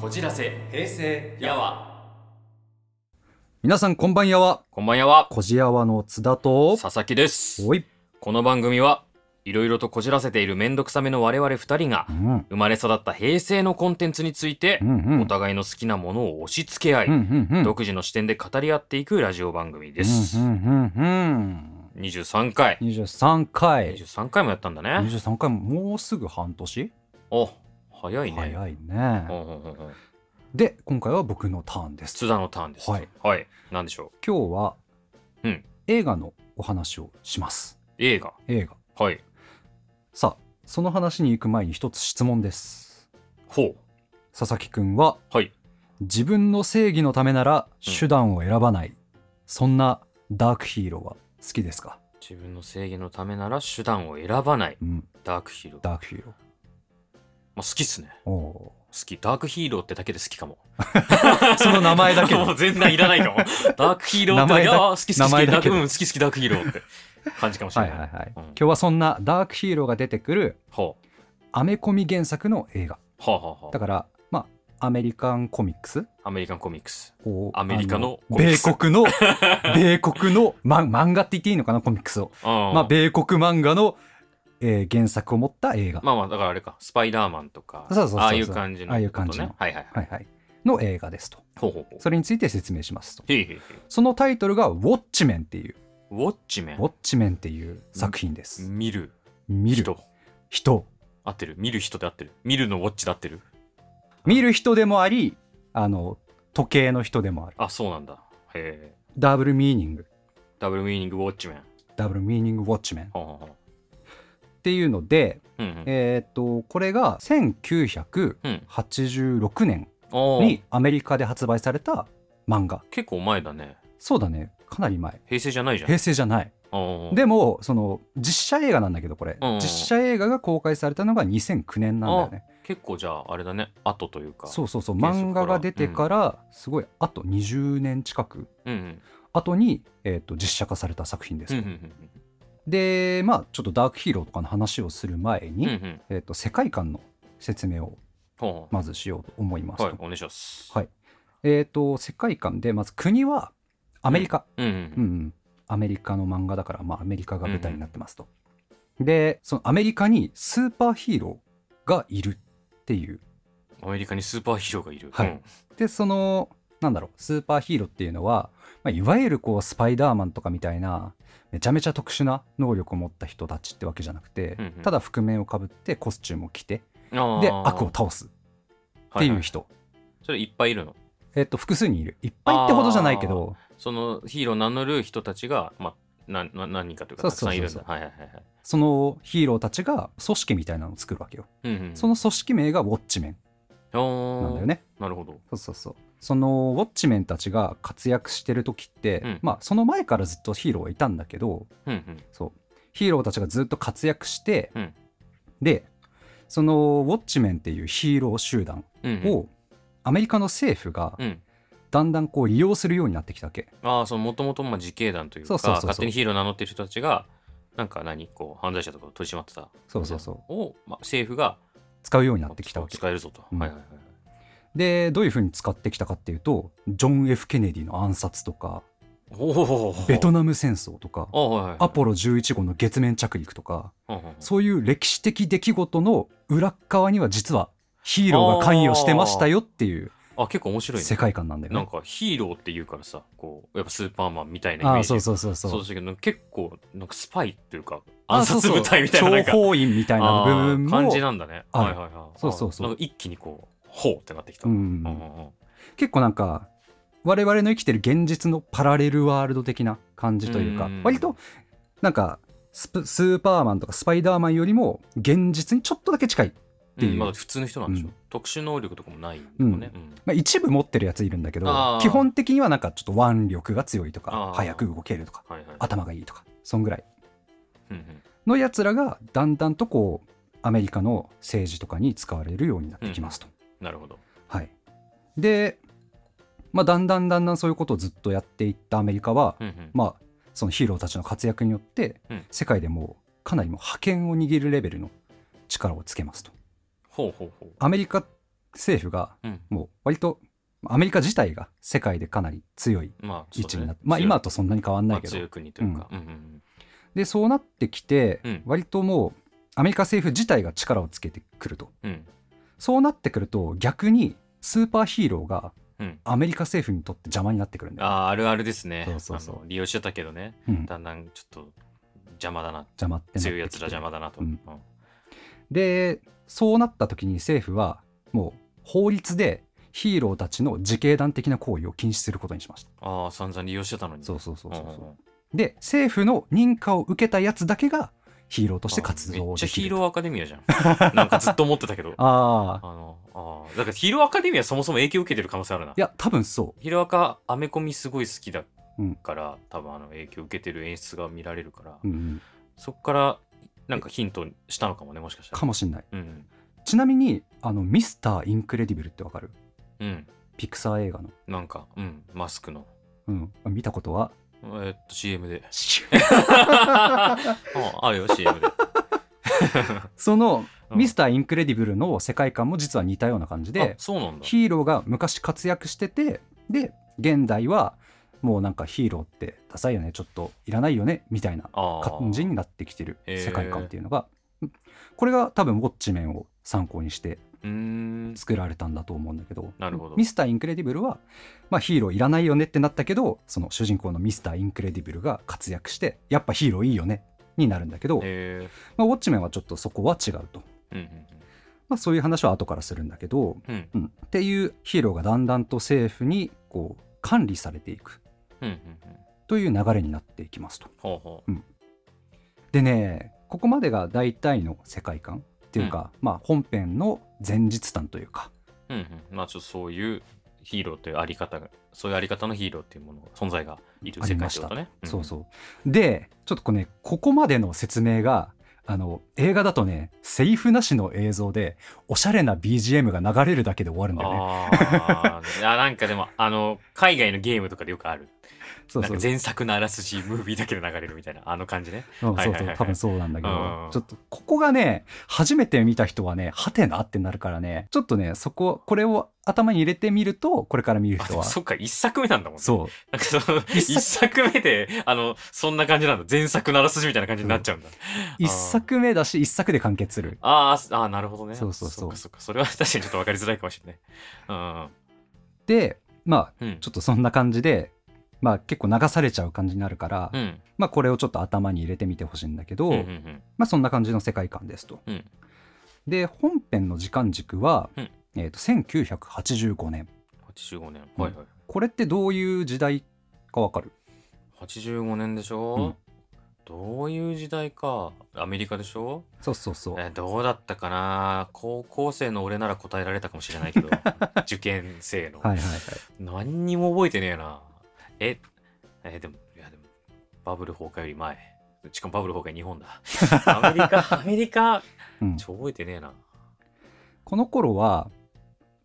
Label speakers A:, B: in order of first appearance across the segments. A: こじらせ
B: 平成
A: やわ
C: 皆さんこんばんやは、
A: こんばんやは
C: こじやわの津田と、
A: 佐々木です
C: おい、
A: この番組はいろいろとこじらせているめんどくさめの我々二人が
C: うん、うん、
A: 生まれ育った平成のコンテンツについて
C: うん、うん、
A: お互いの好きなものを押し付け合
C: うん、う
A: い
C: ん、うん、
A: 独自の視点で語り合っていくラジオ番組で
C: う
A: す
C: ん、うん、うん、
A: 23回
C: うん、23回、
A: 23回もやったんだね
C: 23回ももうすぐ半年
A: お早いね
C: 早い
A: うん
C: ね。
A: うんうんうん
C: で、今回は僕のターンです。
A: 津田のターンです
C: はい
A: はい何でしょ
C: 今日は、
A: うん
C: 映画のお話をします。
A: う映画
C: 映画。
A: はい
C: さあ、その話に行く前に一つ質問です。
A: ほう
C: 佐々木くんは、
A: はい
C: 自分の正義のためなら
A: うん
C: 手段を選ばない、そんなダークヒーローは好きですか、
A: 自分の正義のためなら手段を選ばない
C: うん、
A: ダークヒーロー、ま
C: ダークヒーロ
A: あ、好きっすね
C: ーお
A: 好きダークヒーローってだけで好きか も
C: ーその名 前だけで
A: もう全然いら ないかもダークヒーローって
C: 名前だ
A: いや好き好き好
C: 名
A: き
C: 前
A: ダ
C: だ
A: ー
C: け
A: ク
C: で
A: うん好き好きダークヒーローって感じかもしれ
C: は
A: ないい、
C: はいはい、
A: うん
C: 今日はそんなダークヒーローが出てくる
A: ほう
C: アメコミ原作の映画
A: はあはあは
C: だからまあアメリカンコミックス
A: あアメリカンコミックス
C: を
A: アメリカの
C: あ
A: コミック
C: 米
A: ス
C: 国の米国の、ま、漫画って言っていいのかなコミックスを、
A: あ
C: まあ、米国漫画の、えー原作を持った映画、
A: まあまあだからあれかスパイダーマンとか
C: そうそうそうそう
A: ああいう感じの
C: ああいう感じの
A: ことねはいはいはい
C: はいはい、の映画ですと
A: ほうほうほう
C: それについて説明しますと
A: へいへいへい
C: そのタイトルが「ウォッチメン」っていう
A: ウォッチメ
C: 「ウ
A: ン
C: ォッチメン」っていう作品です
A: 見る
C: 見る人
A: 人
C: 人
A: 合ってる見る人で合ってる見るのウォッチで合ってる
C: 見る人でもありあの時計の人でもある
A: あそうなんだへえ
C: ダブルミーニング
A: ダブルミーニングウォッチメン
C: ダブルミーニングウォッチメンっ
A: ほうほうほう
C: ていうので、
A: うんうん
C: えーっとこれが1986
A: うん
C: 年
A: おー
C: にアメリカで発売された漫画
A: 結構前だね
C: そうだねかなり前
A: 平成じゃないじゃん
C: 平成じゃない
A: おー
C: でもその実写映画なんだけどこれ
A: うん
C: 実写映画が公開されたのが2009年なんだよね
A: 結構じゃああれだね後というか
C: そうそうそう
A: 原作
C: 漫
A: から
C: 画が出てからすごいあと20年近く
A: うんうん
C: 後に、えー、と実写化された作品です、
A: うんうんうん
C: でまあちょっとダークヒーローとかの話をする前
A: う
C: に、
A: んうん
C: えー、と世界観の説明を
A: ほう
C: まずしようと思いますと、
A: はいお願いします
C: はいえっ、と世界観でまず国はアメリカ、
A: うんう
C: うん
A: ん
C: うんアメリカの漫画だから、まあ、アメリカが舞台になってますと、でそのアメリカにスーパーヒーローがいるっていう
A: アメリカにスーパーヒーローがいる
C: はい
A: うん
C: でそのなんだろうスーパーヒーローっていうのは、まあ、いわゆるこうスパイダーマンとかみたいなめちゃめちゃ特殊な能力を持った人たちってわけじゃなくて、
A: うんうん
C: ただ覆面をかぶってコスチュームを着て
A: あー
C: で悪を倒すっていう人、
A: それいっぱいいるの
C: えっと複数にいるいっぱいってほどじゃないけど
A: そのヒーローを名乗る人たちがまあなな何人かというか
C: そ
A: たくさ
C: うそうそうん
A: いるん
C: そ
A: だ
C: う
A: はいはいはいはい
C: そのヒーローたちが組織みたいなのを作るわけよ、
A: うんうん
C: その組織名がウォッチメン
A: おー
C: なんだよね
A: なるほど
C: そうそうそうそのウォッチメンたちが活躍してる時って、
A: うん
C: まあその前からずっとヒーローはいたんだけど、
A: うんうん
C: そうヒーローたちがずっと活躍して、
A: うん
C: でそのウォッチメンっていうヒーロー集団
A: うんうん
C: をアメリカの政府が
A: うん
C: だんだんこう利用するようになってきたわけ、
A: ああそのもともとまあ自警団というか
C: そうそうそうそう
A: 勝手にヒーローを名乗ってる人たちがなんか何こう犯罪者とかを取り締まってた
C: そうそうそう
A: を、まあ、政府が
C: 使うようになってきたわけ
A: 使えるぞと、
C: うん
A: はいはいはい
C: でどういうふうに使ってきたかっていうとジョン・ F ・ケネディの暗殺とか
A: おお
C: ベトナム戦争とか
A: あはいはい
C: アポロ11号の月面着陸とか
A: うんうんうん
C: そういう歴史的出来事の裏っ側には実はヒーローが関与してましたよっていう
A: あ結構面白いね
C: 世界観なんだよ
A: なん
C: ね。
A: かヒーローっていうからさこうやっぱスーパーマンみたいなイメ
C: あ
A: ー
C: あ
A: ジ
C: そうそうそうそう
A: そうしたけど結構なんかスパイっていうか
C: あ
A: 暗殺部隊みたいななんか
C: そうそう諜報員みたいな部
A: あ
C: 分
A: ー
C: も
A: 感じなんだね
C: ある
A: はいはいはい
C: そうそうそう
A: あーなんか一気にこうほうってなってきた、
C: うん
A: うんうん
C: 結構なんか我々の生きてる現実のパラレルワールド的な感じというか、
A: うん
C: 割となんかスプスーパーマンとかスパイダーマンよりも現実にちょっとだけ近い、ていう
A: うんまだ普通の人なんでしょ、
C: うん
A: 特殊能力とかもないのね、うん
C: まあ、一部持ってるやついるんだけど
A: あー
C: 基本的にはなんかちょっと腕力が強いと
A: あ
C: か
A: ー
C: 早く動けるとか
A: はいはい
C: 頭がいいとかそんぐらい
A: うんうん
C: のやつらがだんだんとこうアメリカの政治とかに使われるようになってきますと。
A: なるほど
C: はい、で、まあ、だんだんだんだんそういうことをずっとやっていったアメリカは、
A: うんうん
C: まあ、そのヒーローたちの活躍によって、
A: うん
C: 世界でもうかなりもう覇権を握るレベルの力をつけますと。
A: ほうほうほう
C: アメリカ政府が
A: うん。
C: もう割とアメリカ自体が世界でかなり強い
A: まあ、そ
C: 位
A: う
C: 置
A: だね
C: になって、まあ
A: 強い
C: 今とそんなに変わんないけ
A: まあ強
C: ど
A: い国というか。うんうんうん。
C: でそうなってきて、
A: うん
C: 割ともうアメリカ政府自体が力をつけてくると
A: うん。
C: そうなってくると逆にスーパーヒーローが
A: うん。
C: アメリカ政府にとって邪魔になってくるんだ
A: あ
C: よ、
A: あ、あるあるですね。
C: そうそうそう
A: あの利用してたけどね、
C: うん、邪
A: だんだんちょっと邪魔だな。
C: 魔ってなってきて
A: 強いやつら邪魔だなと。
C: う
A: うんん。
C: でそうなった時に政府はもう法律でヒーローたちの自警団的な行為を禁止することにしました
A: ああ、散々利用してたのに。
C: そうそうそうそうそ
A: うん
C: う
A: うんうん
C: で政府の認可を受けたやつだけがヒーローとして活
A: あめ
C: 動
A: っちゃ
C: で
A: ヒ
C: き
A: ー
C: る
A: ローアカデミアじゃ ん。なんかずっと思ってたけど。あ
C: ああ
A: の、ああ。だからヒーローアカデミアそもそも影響受けてる可能性あるな。
C: いや多分そ
A: ヒロアカアメコミすごい好きだ
C: うん
A: から、多分あの影響受けてる演出が見られるから、
C: う、うん、
A: そっからなんかヒントにしたのかもねもしかしたら
C: かもしんない
A: うん
C: ちなみにあのミスターインクレディブルってわかる
A: うん
C: ピクサー映画の、
A: なんかうんマスクの
C: うん、見たことは
A: えーっと CM で あ
C: そ
A: あるよ CM で
C: の
A: うん
C: ミスターインクレディブルの世界観も実は似たような感じで
A: あそうなんだ
C: ヒーローが昔活躍しててで現代はもうなんかヒーローってダサいよねちょっといらないよねみたいな
A: あー
C: 感じになってきてる
A: へー
C: 世界観っていうのが、うんこれが多分ウォッチメンを参考にして
A: うーん
C: 作られたんだと思うんだけど
A: なるほど
C: ミスターインクレディブルは、まあ、ヒーローいらないよねってなったけどその主人公のミスターインクレディブルが活躍してやっぱヒーローいいよねになるんだけど、
A: え
C: まあ、ウォッチメンはちょっとそこは違うと、
A: ー、うん
C: まあ、そういう話は後からするんだけど、
A: うんうん
C: うん、っていうヒーローがだんだんと政府にこう管理されていく
A: うんうんうんうん
C: という流れになっていきますと。
A: ほうほ
C: でねここまでが大体の世界観っていうか、まあ、本編の前日談というか
A: ううんうんまあちょっとそういうヒーローというあり方がそういうあり方のヒーローっていうもの存在がいる世界ってことね
C: そうそう。で、ちょっとこ,、ね、ここまでの説明が、あの映画だとね、セリフなしの映像で、おしゃれな BGM が流れるだけで終わるんだよね。
A: ああーいやなんかでもあの海外のゲームとかでよくある
C: そう
A: なん
C: そう
A: か前作のあらすじムービーだけで流れるみたいなあの感じね
C: うん
A: はい
C: そう
A: はい
C: そ
A: は
C: う
A: い
C: 多分そうなんだけど、
A: うん
C: ちょっとここがね、初めて見た人はね、はてなってなるからね、ちょっとね、そこ、これを頭に入れてみると、これから見る
A: あ
C: 人
A: でも
C: は。
A: そっか一作目なんだもんね
C: そう
A: なんかその
C: 一作
A: 一作目であのそんな感じなんだ前作のあらすじみたいな感じになっちゃうんだ、
C: 一作目だし一作で完結する
A: あーあーなるほどね
C: そうそうそ
A: そ
C: う
A: っかそっかそれは確かにちょっと分かりづらいかもしれない
C: でまあ
A: うんうん
C: ちょっとそんな感じでまあ結構流されちゃう感じになるから、
A: うん
C: まあこれをちょっと頭に入れてみてほしいんだけど、
A: うんうんうん
C: まあ、そんな感じの世界観ですと。
A: うん
C: で本編の時間軸は、
A: うん
C: えー、と1985年
A: 85年
C: うん
A: はいはい
C: これってどういう時代かわかる
A: 85年でしょ、どういう時代かアメリカでしょ
C: そうそうそう、
A: えーどうだったかな高校生の俺なら答えられたかもしれない けど受験生の、
C: はいはいはい
A: 何にも覚えてねえなええーでもいやでもバブル崩壊より前しかもバブル崩壊日本 だアメリカアメリカ
C: うん
A: ちょ覚えてねえな
C: この頃は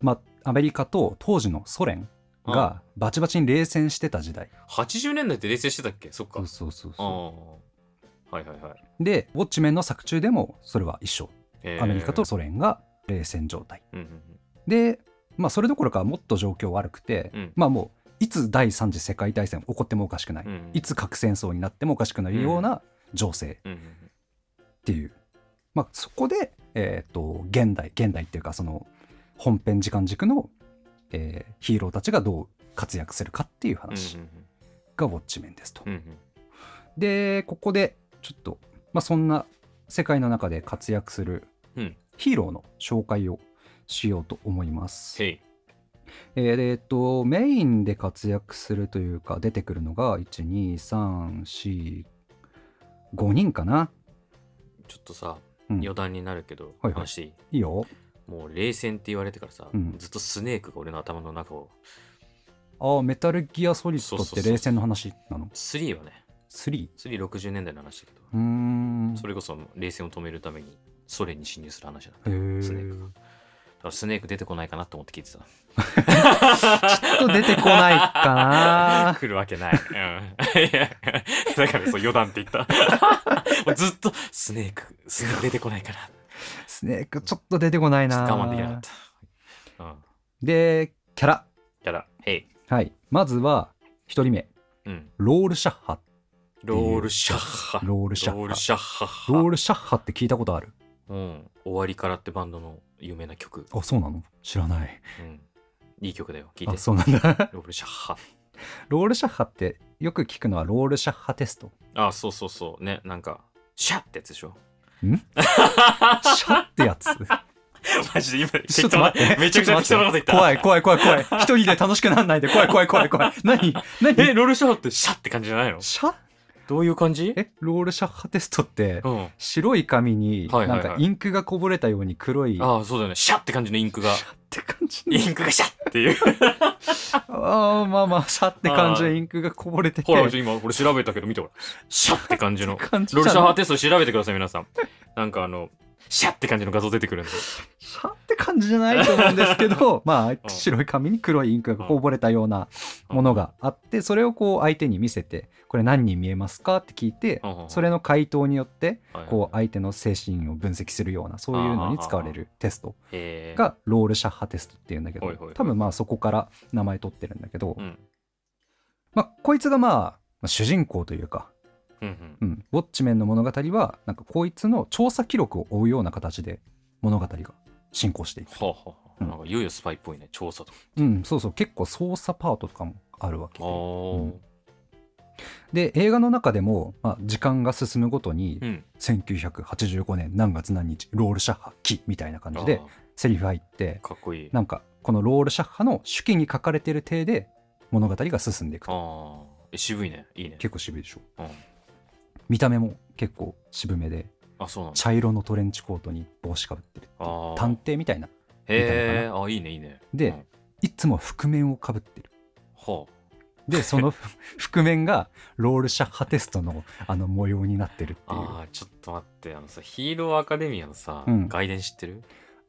C: まあアメリカと当時のソ連がバチバチに冷戦してた時代
A: 80年代って冷静してたっけそっか
C: そうそうそう
A: あ
C: そ
A: ーはいはいはいう
C: でウォッチメンの作中でもそれは一緒、
A: えー
C: アメリカとソ連が冷戦状態
A: うんうん
C: で、まあ、それどころかもっと状況悪くて、
A: うん
C: まあもういつ第三次世界大戦起こってもおかしくない、
A: うんうん
C: いつ核戦争になってもおかしくないような情勢
A: うんうん
C: っていう、まあ、そこで、えー、と現代現代っていうかその本編時間軸の、えーヒーローたちがどう活躍するかっていう
A: うん
C: 話がウォッチメンですと。
A: うんうん
C: でここでちょっと、まあ、そんな世界の中で活躍する
A: うん
C: ヒーローの紹介をしようと思います。
A: へい
C: えーえーっとメインで活躍するというか出てくるのが12345人かな。
A: ちょっとさ
C: うん
A: 余談になるけど、
C: はいはい
A: 話していい
C: いいよ。
A: もう冷戦って言われてからさ、
C: うん
A: ずっとスネークが俺の頭の中を
C: ああ、メタルギアソリッドって冷戦の話なの
A: 3はね
C: ?3?
A: 360年代の話だけど、
C: うーん。
A: それこそ冷戦を止めるためにソ連に侵入する話だった
C: へー
A: スネークがだからスネーク出てこないかなと思って聞いてた
C: ちょっと出てこない か
A: 来るわけない、うん、 いやだからそう余談って言った もうずっとスネークスネーク出てこないかな
C: な。スネークちょっと出てこない
A: ちょ
C: な。
A: っと我慢できなかったうん。
C: で、キャラ。
A: キャラ。へい。
C: はい。まずは、一人目、
A: うん。
C: ロールシャッハ。
A: ロールシャッハ。
C: ロールシャッハ。
A: ロールシャッハ。
C: ロールシャッハって聞いたことある
A: うん。終わりからってバンドの有名な曲。
C: あ、そうなの知らない。
A: うん。いい曲だよ。聞い
C: あ、
A: て。
C: そうなんだ。
A: ロールシャッハ。
C: ロールシャッハって、よく聞くのはロールシャッハ テスト。
A: あ、そうそうそう。ね、なんか、シャッってやつでしょ。
C: シャってやつ。
A: マジで今、
C: ちょっと待って。
A: めちゃくちゃ適当なこと言った。
C: 怖い怖い怖 い怖い。一人で楽しくなんないで。怖い怖い怖い怖い。何
A: え、
C: 何
A: ロールシャッハってシャッって感じじゃないの
C: シャ
A: どういう感じ
C: え、ロールシャッハテストって
A: う、ん。
C: 白い紙に、
A: はいは
C: ない
A: は
C: ん
A: い
C: かインクがこぼれたように黒い、
A: ああ、そうだよね。シャッって感じのインクが。
C: シャって感じ
A: インクがシャッ っていう。
C: ああ、まあまあ、シャって感じでインクがこぼれてて、
A: ほら、今、これ調べたけど見てほら。シャッって感じの。
C: 感じ
A: ロール
C: じゃ
A: シャッ
C: な
A: ハ
C: い
A: テスト調べてください、皆さん。なんかあの、シャッって感じの画像出てくるんで。
C: シャって感じじゃないと思うんですけ ど、まあ、白い紙に黒いインクがこぼれたようなものがあって、それをこう相手に見せて、これ何人見えますかって聞いて
A: うんうんう、ん
C: それの回答によって、
A: はい
C: こう相手の精神を分析するような、そういうのに使われるテスト
A: へー
C: がロールシャッハテストっていうんだけど
A: ほいほいほ、い
C: 多分まあそこから名前取ってるんだけど
A: うん、
C: まあ、こいつがまあまあ、主人公というか、
A: うんうん
C: うん、ウォッチメンの物語はなんかこいつの調査記録を追うような形で物語が進行していく、
A: はあはあなんかいよいよスパイっぽいね、調査とか。
C: うん、そうそう結構操作パートとかもあるわけ
A: あー
C: で映画の中でも、まあ、時間が進むごとに、
A: うん。
C: 1985年何月何日ロールシャッハ期みたいな感じで
A: あ
C: セリフ入って
A: ーかっこいい。あ
C: なんかこのロールシャッハの手記に書かれてる体で物語が進んでいく
A: あ
C: と
A: ー。え渋いね。いいね。
C: 結構渋いでしょ
A: うん
C: 見た目も結構渋めで
A: あ、そうなんだ。
C: 茶色のトレンチコートに帽子かぶってるっていう
A: あー
C: 探偵みたいな
A: へえ、あ、いいね、いいね。
C: で
A: うん
C: いつも覆面をかぶってる。
A: は
C: で、その 覆面がロールシャッハテストのあの模様になってるって
A: あ。
C: い
A: ああー、ちょっと待って、あのさ、ヒーローアカデミアのさ、
C: うん
A: 外伝知ってる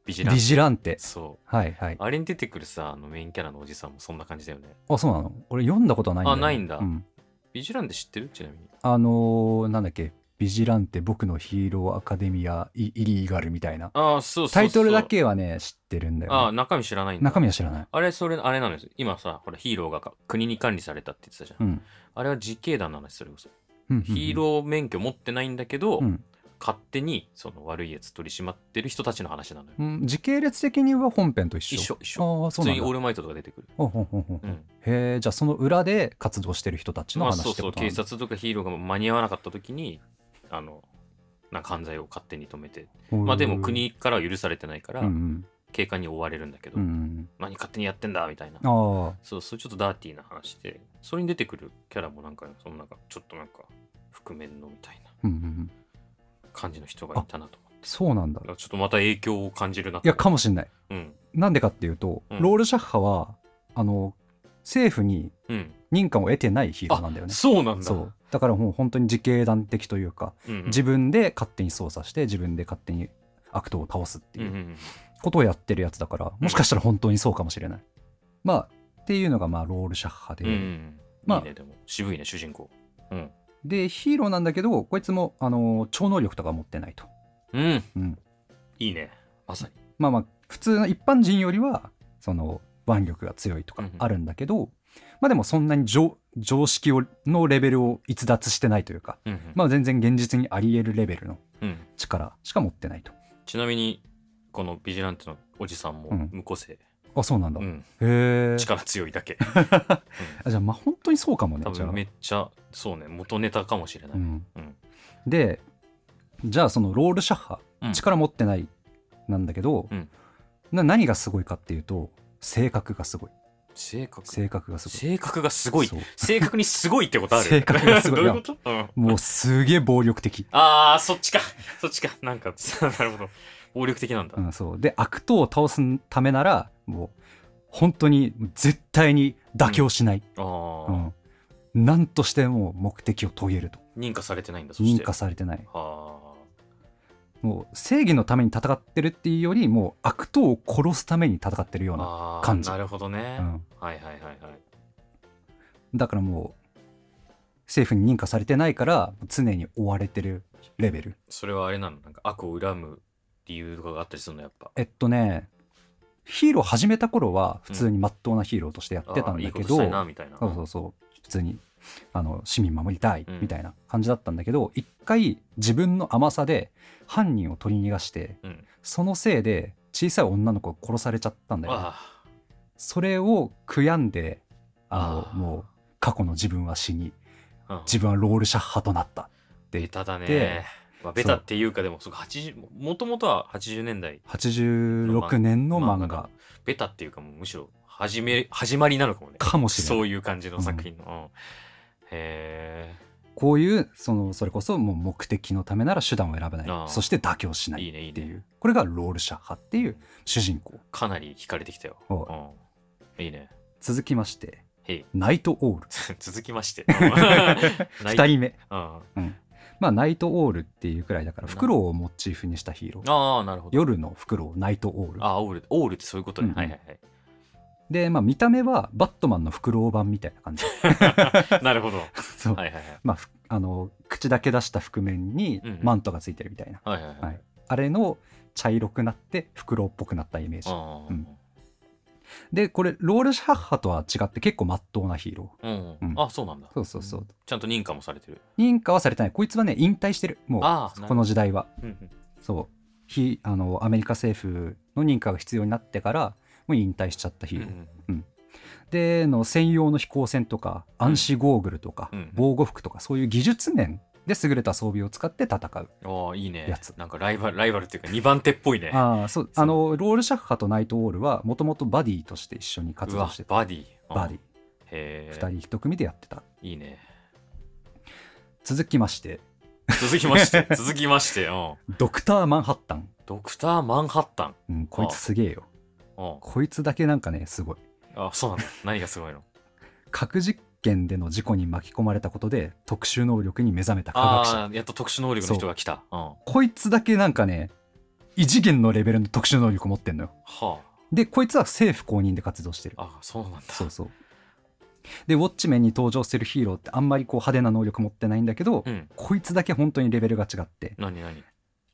A: ビジ
C: う。
A: ラン
C: ビ
A: テ。
C: ジランテ。
A: そう。
C: はいはい。
A: あれに出てくるさ、あのメインキャラのおじさんもそんな感じだよね。
C: あ、そうなの俺読んだことはないんだよね、
A: あないんだ
C: う
A: ビジランテ知ってるちなみに。
C: あのーなんだっけ、ビジランテ僕のヒーローアカデミアイイリーガルみたいな。
A: ああ、そうそうそう。
C: タイトルだ。けはね、知ってるんだ
A: あ
C: よ、
A: あ、
C: ね。
A: 中身知らないんだ。
C: 中身は知らない。
A: あれ、それ、あれなんですよ。今さ、ほら、ヒーローがか国に管理されたって言ってたじゃん。
C: うん。
A: あれは自警団なんです、それこそ。
C: うん
A: ヒー
C: ー、
A: ロー免許持ってないんだけど、
C: うん
A: 勝手にその悪いやつ取り締まってる人たちの話なのよ。
C: うん、時系列的には本編と一緒。
A: 一緒、一緒。
C: ああ、
A: 普
C: そう
A: 通
C: なん
A: に
C: だ
A: オー。ルマイトとか出てくる。
C: ほんほんほんほん
A: うん。
C: へえ、じゃあその裏で活動してる人たちの
A: まあ、
C: 話って
A: そう
C: こと
A: そう
C: なんだ
A: 警察とかヒーローが間に合わなかった時にあのなんか犯罪を勝手に止めてまあでも、国からは許されてないから、
C: うんうん
A: 警官に追われるんだけど、
C: うんうん、
A: 何勝手にやってんだみたいな
C: ああ
A: そうそうちょっとダーティーな話でそれに出てくるキャラもなんかそのなんかちょっとなんか覆面のみたいな
C: うんうんうん
A: 感じの人がいたなと思って
C: そうなんだ
A: だからちょっとまた影響を感じるない
C: やかもしんない
A: うん
C: なんでかっていうと、
A: うん
C: ロールシャッハはあの政府に
A: うん
C: 認可を得てないヒーローなんだよね
A: そうなんだ
C: そうだからもう本当に自警団的というか、
A: うんうん、
C: 自分で勝手に操作して自分で勝手に悪党を倒すって
A: うん
C: いううんことをやってるやつだから、もしかしたら本当にそうかもしれないまあっていうのがまあロールシャッハで、
A: うん、うんうん
C: まあ
A: いいねでも渋いね主人公うん
C: でヒーローなんだけどこいつもあの超能力とか持ってないと
A: うん、
C: うん
A: いいねまさに
C: まあまあ普通の一般人よりはその腕力が強いと
A: う
C: か
A: んうん
C: あるんだけど、まあでもそんなに常常識をのレベルを逸脱してないというか、
A: うんうん
C: まあ全然現実にあり得るレベルの
A: うん
C: 力しか持ってないと。
A: ちなみにこのビジランテのおじさんも
C: うん
A: 無個性、
C: あそうなんだ。
A: う
C: へ
A: ん、
C: え。
A: 力強いだけ
C: あじゃあまあ本当にそうか もね
A: 多。
C: じゃあ
A: 分めっちゃそうね元ネタかもしれない、
C: うん
A: うん
C: でじゃあそのロールシャッハ、
A: うん
C: 力持ってないなんだけど、
A: うん
C: な何がすごいかっていうと性格がすごい
A: 性格
C: 性格がすごい。
A: 性格がすごい
C: そう
A: 性格にすごいってことある
C: 性格がすごい
A: どういうこと、うん、
C: もうすげえ暴力的。
A: あーそっちかそっちかなんか なるほど暴力的なんだ、
C: うん、そうで悪党を倒すためならもう本当に絶対に妥協しない、
A: あ
C: う
A: ー、
C: んなんとしても目的を遂げると
A: 認可されてないんだそして
C: 認可されてない
A: は
C: もう正義のために戦ってるっていうよりもう悪党を殺すために戦ってるような、
A: ああー
C: 感じ
A: なるほどね、
C: うん、
A: はいはいはいはい
C: だからもう政府に認可されてないから常に追われてるレベル
A: それはあれなのなんか悪を恨む理由とかがあったりするのやっぱ
C: えっとねヒーロー始めた頃は普通に真っ当なヒーローとしてやってたん
A: あーい
C: だけど、
A: いことしたいなみたいな。
C: そうそうそう普通にあの市民守りたい
A: うん
C: みたいな感じだったんだけど一、回自分の甘さで犯人を取り逃がして
A: うん
C: そのせいで小さい女の子が殺されちゃったんだよね、
A: あ
C: それを悔やんであ
A: あー
C: のもう過去の自分は死に
A: あ、うん
C: 自分はロールシャッハとなった
A: ベタだ
C: で
A: ね。まあ、ベタっていうかでもそうか80もともとは80年代
C: 86年の漫画
A: ベタっていうかもうむしろ始め始まりなのかもね
C: かもしれない
A: そういう感じの作品の、うんへ
C: こういうそのそれこそもう目的のためなら手段を選ばな
A: ああ
C: いそして妥協しな
A: えい
C: い
A: いねいい
C: っていう
A: ね
C: これがロールシャッハっていう主人公
A: かなり惹かれてきたよ、
C: は
A: うん、いいね
C: 続きまして
A: へい
C: ナイトオール
A: 続きま して
C: 2人目、
A: うん、あ
C: うんまあ、ナイトオールっていうくらいだからフクロウをモチーフにしたヒーロー
A: あなるほど
C: 夜のフクロウナイトオール
A: ああオールオールってそういうことね、
C: うんうん
A: はいはいはい
C: で、まあ、見た目はバットマンのフクロウ版みたいな感 じ
A: なるほど。はい
C: そう、
A: はいはい。
C: まあ、ふあの口だけ出した覆面に
A: うんうん
C: マントがついてるみたいな、
A: はいはい
C: は
A: はいい。
C: あれの茶色くなってフクロウっぽくなったイメージ
A: あー
C: うんでこれロールシャッハとは違って結構まっとうなヒーロ
A: うん
C: うん
A: あ、そうなんだ
C: ー。そうそうそう、
A: ちゃんと認可もされてる。
C: 認可はされてないこいつはね引退してるも
A: ああ
C: うこの時代は
A: うんうん
C: そう非あのアメリカ政府の認可が必要になってからもう引退しちゃったヒーロー、での専用の飛行船とか暗視ゴーグルとか、
A: うん
C: 防護服とかそういう技術面で優れた装備を使って戦う、
A: ああ、いいね
C: やつ。
A: なんかライバル、ライバルっていうか二番手っぽいね。
C: ああそうあのロールシャッハとナイトオールはもともとバディとして一緒に活
A: う
C: 動
A: わ
C: して、た
A: バディ。あ
C: バディ。
A: へえ。
C: 2人1組でやってた
A: いいね。
C: 続きまして
A: 続きまして、 続きまして、うん
C: ドクター・マンハッタン、
A: ドクター・マンハッタン。
C: うん、こいつすげえよ
A: うん
C: こいつだけなんかねすごい
A: あ、そうなんだ。何がすごいの
C: 核実験での事故に巻き込まれたことで特殊能力に目覚め た科学者
A: ああ、やっと特殊能力の人が来た。うんは
C: こいつだけなんかね異次元のレベルの特殊能力を持ってんのよでこいつは政府公認で活動してる
A: あ。あ、そうなんだ。
C: そうそうでウォッチメンに登場するヒーローってあんまりこう派手な能力持ってないんだけど、
A: うん。
C: こいつだけ本当にレベルが違って
A: 何何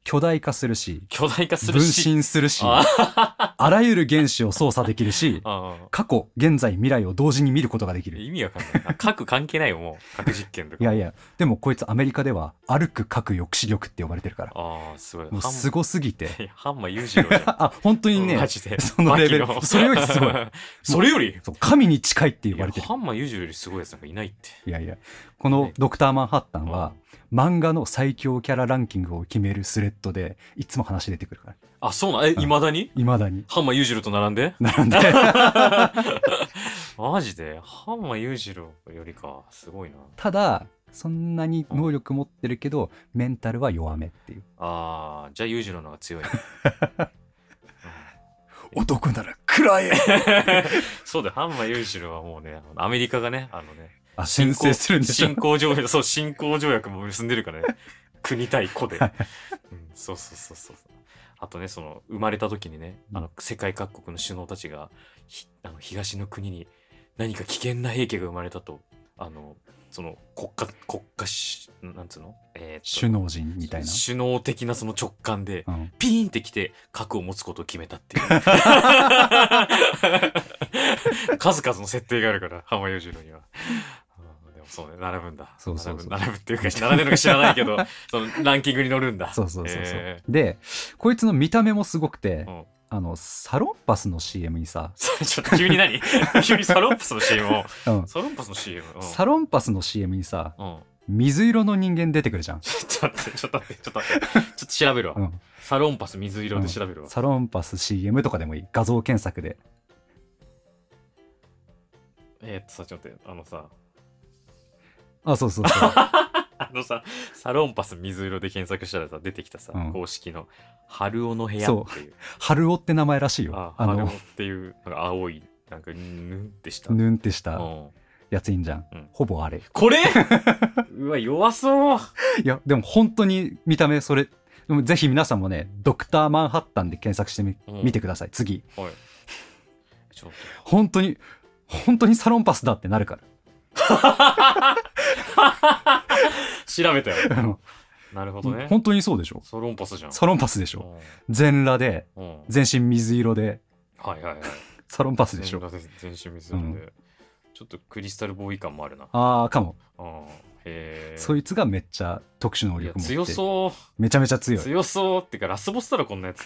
C: 巨大化するし
A: 巨大化す
C: 分
A: るし。
C: 身するし
A: あ
C: あらゆる原子を操作できるし
A: ああ。
C: 過去現在未来を同時に見ることができる
A: 意味わかんない な。核関係ないよ、もう。核実験とか。
C: いやいやでもこいつアメリカでは歩く核抑止力って呼ばれてるから
A: ああ、すごい。
C: もう
A: ハン
C: すごすぎて
A: いやハンマー裕次郎じゃん。
C: あ本当にね
A: マジで。
C: そのレベル
A: 牧野
C: それよりすごい。
A: それより
C: そう神に近いって
A: い
C: 呼ば
A: や
C: れてる
A: ハンマー裕次郎よりすごいやつなんかいないって。
C: いやいやこの「ドクター・マンハッタン」は漫画の最強キャラランキングを決めるスレッドでいつも話出てくるから
A: あ、そうなんえ、
C: うん
A: いまだに
C: いまだに
A: ハンマー裕次郎と並んで
C: 並んで
A: マジでハンマー裕次郎よりか。すごいな。
C: ただそんなに能力持ってるけどメンタルは弱めっていう
A: ああ、じゃあ裕次郎の方が 強いね。
C: 男なら暗え
A: そうだよ、ハンマー裕次郎はもうね、あのアメリカがね、あのね、
C: あ先制するんでしょ
A: 新興条約、そう、新興条約も結んでるから ね。国対個で。うん、そうそうそうそう。あとね、その、生まれた時にね、あの、世界各国の首脳たちが、ひあの東の国に何か危険な兵器が生まれたと、あの、その、国家、国家し、なんつうのえーっと
C: 首脳陣みたいな、
A: 首脳的なその直感で、
C: うん、
A: ピーンってきて核を持つことを決めたっていう 数々の設定があるから浜洋次郎には。うんでもそうね並ぶんだ
C: そうそうそう
A: 並ぶ並ぶっていうか並んでるのか知らないけ どそのランキングに乗るんだ
C: そうそうそうそう、
A: え
C: でこいつの見た目もすごくて、
A: うん
C: あのサロンパスの CM にさ、
A: ーちょっと急に何 急にサロンパスの CM を
C: うん
A: サロンパスの CM うん
C: サロンパスの CM にさ
A: うん
C: 水色の人間出てくるじゃん、
A: ちょっと待ってちょっと待ってちょっと待ってちょっと調べるわ、
C: うん
A: サロンパス水色で調べるわ、
C: サロンパス CM とかでもいい画像検索で
A: えーっとさちょっと待ってあのさ
C: あそうそ うそう
A: あのさ、サロンパス水色で検索したらさ、出てきたさ、
C: うん
A: 公式の、春尾の部屋
C: そう
A: っていう、
C: 春尾って名前らしいよ
A: あ
C: あ
A: 春尾っ
C: の
A: ていう、なんか青い、なんか、ぬんってした。
C: ぬんってし
A: う
C: た
A: ん
C: やついいんじゃん、
A: うん
C: ほぼあれ
A: こ れうわ、弱そう。
C: いやでも本当に見た目それでもぜひ皆さんもね「ドクター・マンハッタン」で検索してみ、
A: うん
C: 見てください次
A: はい。ちょっ
C: 本当に本当にサロンパスだってなるか
A: と、調べたよ。
C: らあの
A: なるほどね。
C: 本当にそうでしょ
A: サロンパスじゃん。
C: サロンパスでしょ
A: う
C: 全裸で
A: んうん
C: 全身水色で
A: はいはいはい。
C: サロンパスでしょ
A: 全全身ミスなんで、ちょっとクリスタルボーイ感もあるな。あ
C: ああかも
A: あへえ。
C: そいつがめっちゃ特殊能
A: いや
C: 力持
A: 強
C: って
A: そう。
C: めちゃめちゃ強い
A: 強そうってかラスボスだろこんなやつ、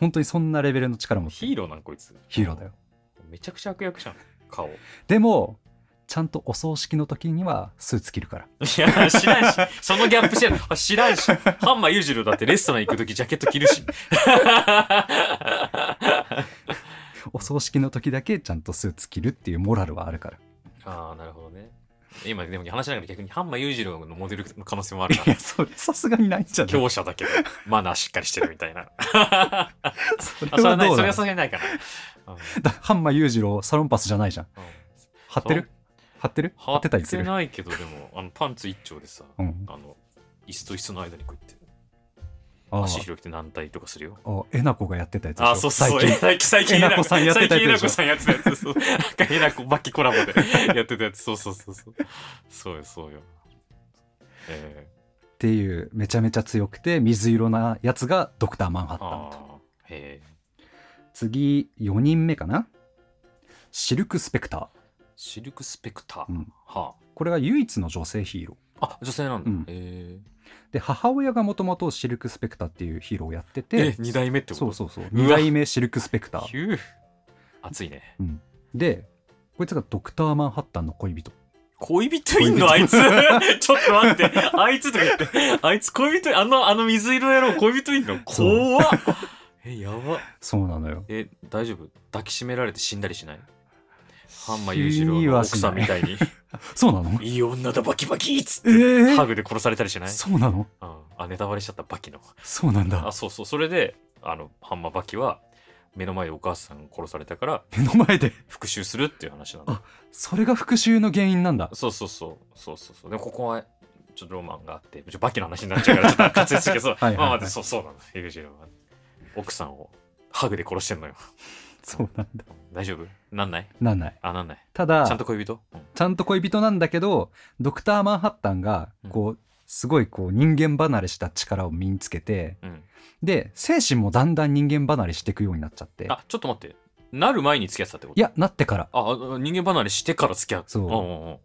C: 本当にそんなレベルの力
A: うん
C: 持って
A: ヒ
C: る
A: ーローなんこいつ
C: ヒーローだよ
A: めちゃくちゃ悪役じゃん顔い
C: でもちゃんとお葬式の時にはスーツ着るから
A: や知らんしそのギャップ知らんあ知らんしハンマー裕次郎だってレストラン行く時ジャケット着るし あ
C: お葬式の時だけちゃんとスーツ着るっていうモラルはあるから
A: あなるほどね今でも話しながら逆にハンマー裕次郎のモデルの可能性もあるない
C: やそれさすがにない んじゃない
A: 強者だけどマナーしっかりしてるみた いな
C: そ
A: あそれ
C: れ
A: は
C: は
A: ない
C: ど
A: そうれは
C: な
A: さ
C: の
A: すがにないかな、うん
C: だハンマー裕次郎サロンパスじゃないじゃん
A: うん
C: 貼ってる貼ってる貼
A: 貼
C: ってたりする
A: ないけどでもあのパンツ一丁でさ、
C: うん
A: あの椅子と椅子の間にこうやって
C: あ
A: 足
C: ー
A: 広くて軟体とかするよ。
C: あえなこがやってたやつでしょ
A: あ、そうそうそう。
C: 最近
A: 最近、 最近、
C: えなこさんやってたやつでしょ
A: 最近えなこさんやってたやつ。そうなんかえなこばっきコラボ でやってたやつ。そうそうそうそう。そうよ、そうよ。え
C: っていうめちゃめちゃ強くて水色なやつがドクター・マンハ
A: ー、
C: ッタン
A: あ
C: と
A: ーへえ。
C: 次4人目かなシルク・スペクタ
A: シルクスペクター。
C: ー、うん
A: は
C: これが唯一の女性ヒーロ
A: あ。あ、女性なんだ。
C: うん
A: え
C: ーで母親がもともとシルク・スペクターっていうヒーローをやって
A: ー、え
C: て、
A: 二代目ってこと
C: そうそうそう
A: わ
C: 2代目シルク・スペクタ
A: ひ
C: ー
A: ゅう。熱いね。
C: でこいつがドクター・マンハッタンの恋人
A: 恋人いんのあ
C: 恋
A: いつ
C: 人
A: ちょっと待って。あいつとか言って。 あいつ恋人い、あの、あの水色野郎恋人いんの怖っ。え、やば。
C: そうなのよ
A: え、大丈夫抱きしめられて死んだりしないハンマ裕次
C: 死
A: 郎
C: に
A: の
C: は
A: 奥
C: し
A: さ
C: なんい
A: みたいに。
C: そうなの
A: いい女だ、バキバキっつっ
C: え
A: て。
C: ー
A: ハグで殺されたりしない、
C: そうなの
A: うん、あ、ネタバレしちゃった、バキの。
C: そうなんだ
A: あ、そうそう。それで、あの、ハンマバキは、目の前でお母さん殺されたから
C: 目の前で
A: 復讐するっていう話なんだ。
C: それが復讐の原因なんだ
A: そうそうそう。そうそうそう。でもここは、ちょっとロマンがあって、ちょバキの話になっちゃうから、ちょっと活躍するけど、そう
C: はいはいはい
A: まあまあ、そうそうなの。ヒルジロは。奥さんをハグで殺してんのよ。
C: そうなんだ
A: 大丈夫なんない
C: なんない
A: あ、なんない。
C: ただ
A: ちゃんと恋人、うん
C: ちゃんと恋人なんだけどドクター・マンハッタンがこう、すごいこう人間離れした力を身につけて
A: うん、
C: で精神もだんだん人間離れしていくようになっちゃって
A: あちょっと待ってなる前に付き合ってたってこと
C: いやなってから
A: ああ人間離れしてから付き合う
C: そうん
A: んうん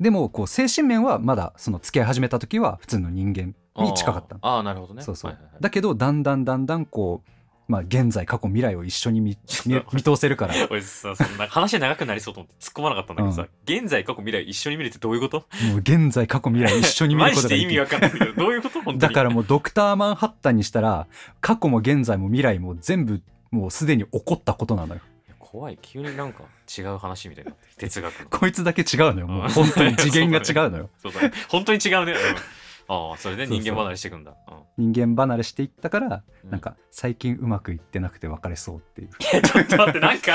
C: でもこう精神面はまだその付き合い始めた時は普通の人間に近かったの
A: あーあーなるほどね
C: そうそう、
A: はいはいはい
C: だけどだんだんだんだんこう、まあ、現在過去未来を一緒 に見
A: ちょっと
C: 見
A: 待って
C: 見通せるから
A: おいさそんな話長くなりそうと思って突っ込まなかったんだけどさ、現在過去未来一緒に見るってどういうこと
C: もう現在過去未来一緒に見るこ
A: マ
C: とがで
A: ジで意
C: き
A: 味
C: る
A: わかんないけどどういうこと本当
C: だ
A: に
C: からもうドクター・マンハッタンにしたら過去も現在も未来も全部もうすでに起こったことなのよ
A: いや怖い急になんか違う話みたいになってる哲学の
C: こいつだけ違うのよも
A: うん
C: う本当に次元が違うのよ
A: そうだね本当に違うね、うんああそれで人間離れしていくんだうん
C: 人間離れしていったから
A: うん
C: なんか最近うまくいってなくて別れそうっていう
A: いやちょっと待って、なんか、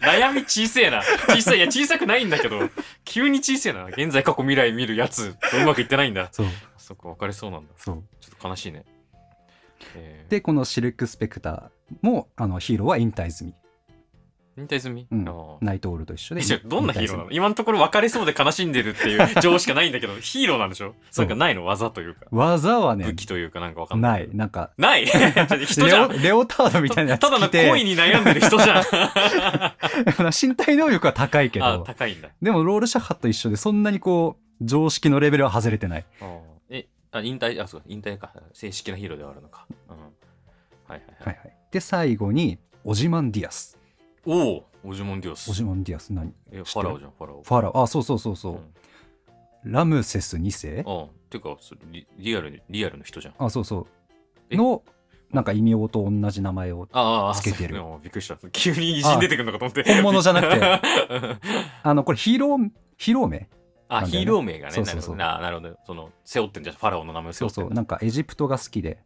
A: 悩み小せえな。小さい、いや、小さくないんだけど、急に小せえな。現在、過去、未来見るやつとうまくいってないんだ。
C: そう
A: そこ、別れそうなんだ。
C: そう
A: ちょっと悲しいね。えー、
C: でこのシルク・スペクターもあのヒーローは引退済み
A: 引退済み、
C: うん
A: あー
C: ナイトオールと一緒で
A: えじゃあどんなヒーローな
C: 引退済
A: の今のところ別れそうで悲しんでるっていう情しかないんだけど、ヒーローなんでしょ
C: そ
A: な
C: う
A: んかないの技というか、
C: み技はね
A: 武器というかなんかわかんない。
C: ないなんか
A: ない ちょっと人
C: レ
A: じゃ
C: オ
A: ん。
C: レオタードみたいなやつ
A: ただの
C: 着て
A: 恋 に悩んでる人じゃん。
C: 身体能力は高いけ
A: あ
C: ど
A: 高いんだ。
C: でもロールシャッハと一緒でそんなにこう常識のレベルは外れてない
A: あーえあ引退あそうか引退か正式なヒーローではあるのか、うん、はいはいは、
C: はいいはい、で最後にオジマンディアス
A: おおオジモンディオス
C: オジマンディアス何
A: えフ
C: 知って
A: ァ
C: る
A: ラオじゃんファラオ
C: ファラオあそうそうそうそう、
A: うん
C: ラムセス2世
A: あていうかそれリリアルにリアルの人じゃんあ
C: あそうそ
A: え
C: うのなんか異名と同じ名前を
A: ああ
C: つけてる
A: そううんびっくりした急に偉人出てくるのかと思って
C: 本物じゃな くて
A: て
C: あのこれヒーローヒーロー名
A: あ
C: なんだよね
A: ヒーロー名がね
C: そうそうそう
A: なるほどななるほどその背負ってんじゃんファラオの名前を背
C: そ
A: 負っ
C: う
A: て
C: そ
A: ん
C: う
A: だ
C: なんかエジプトが好きで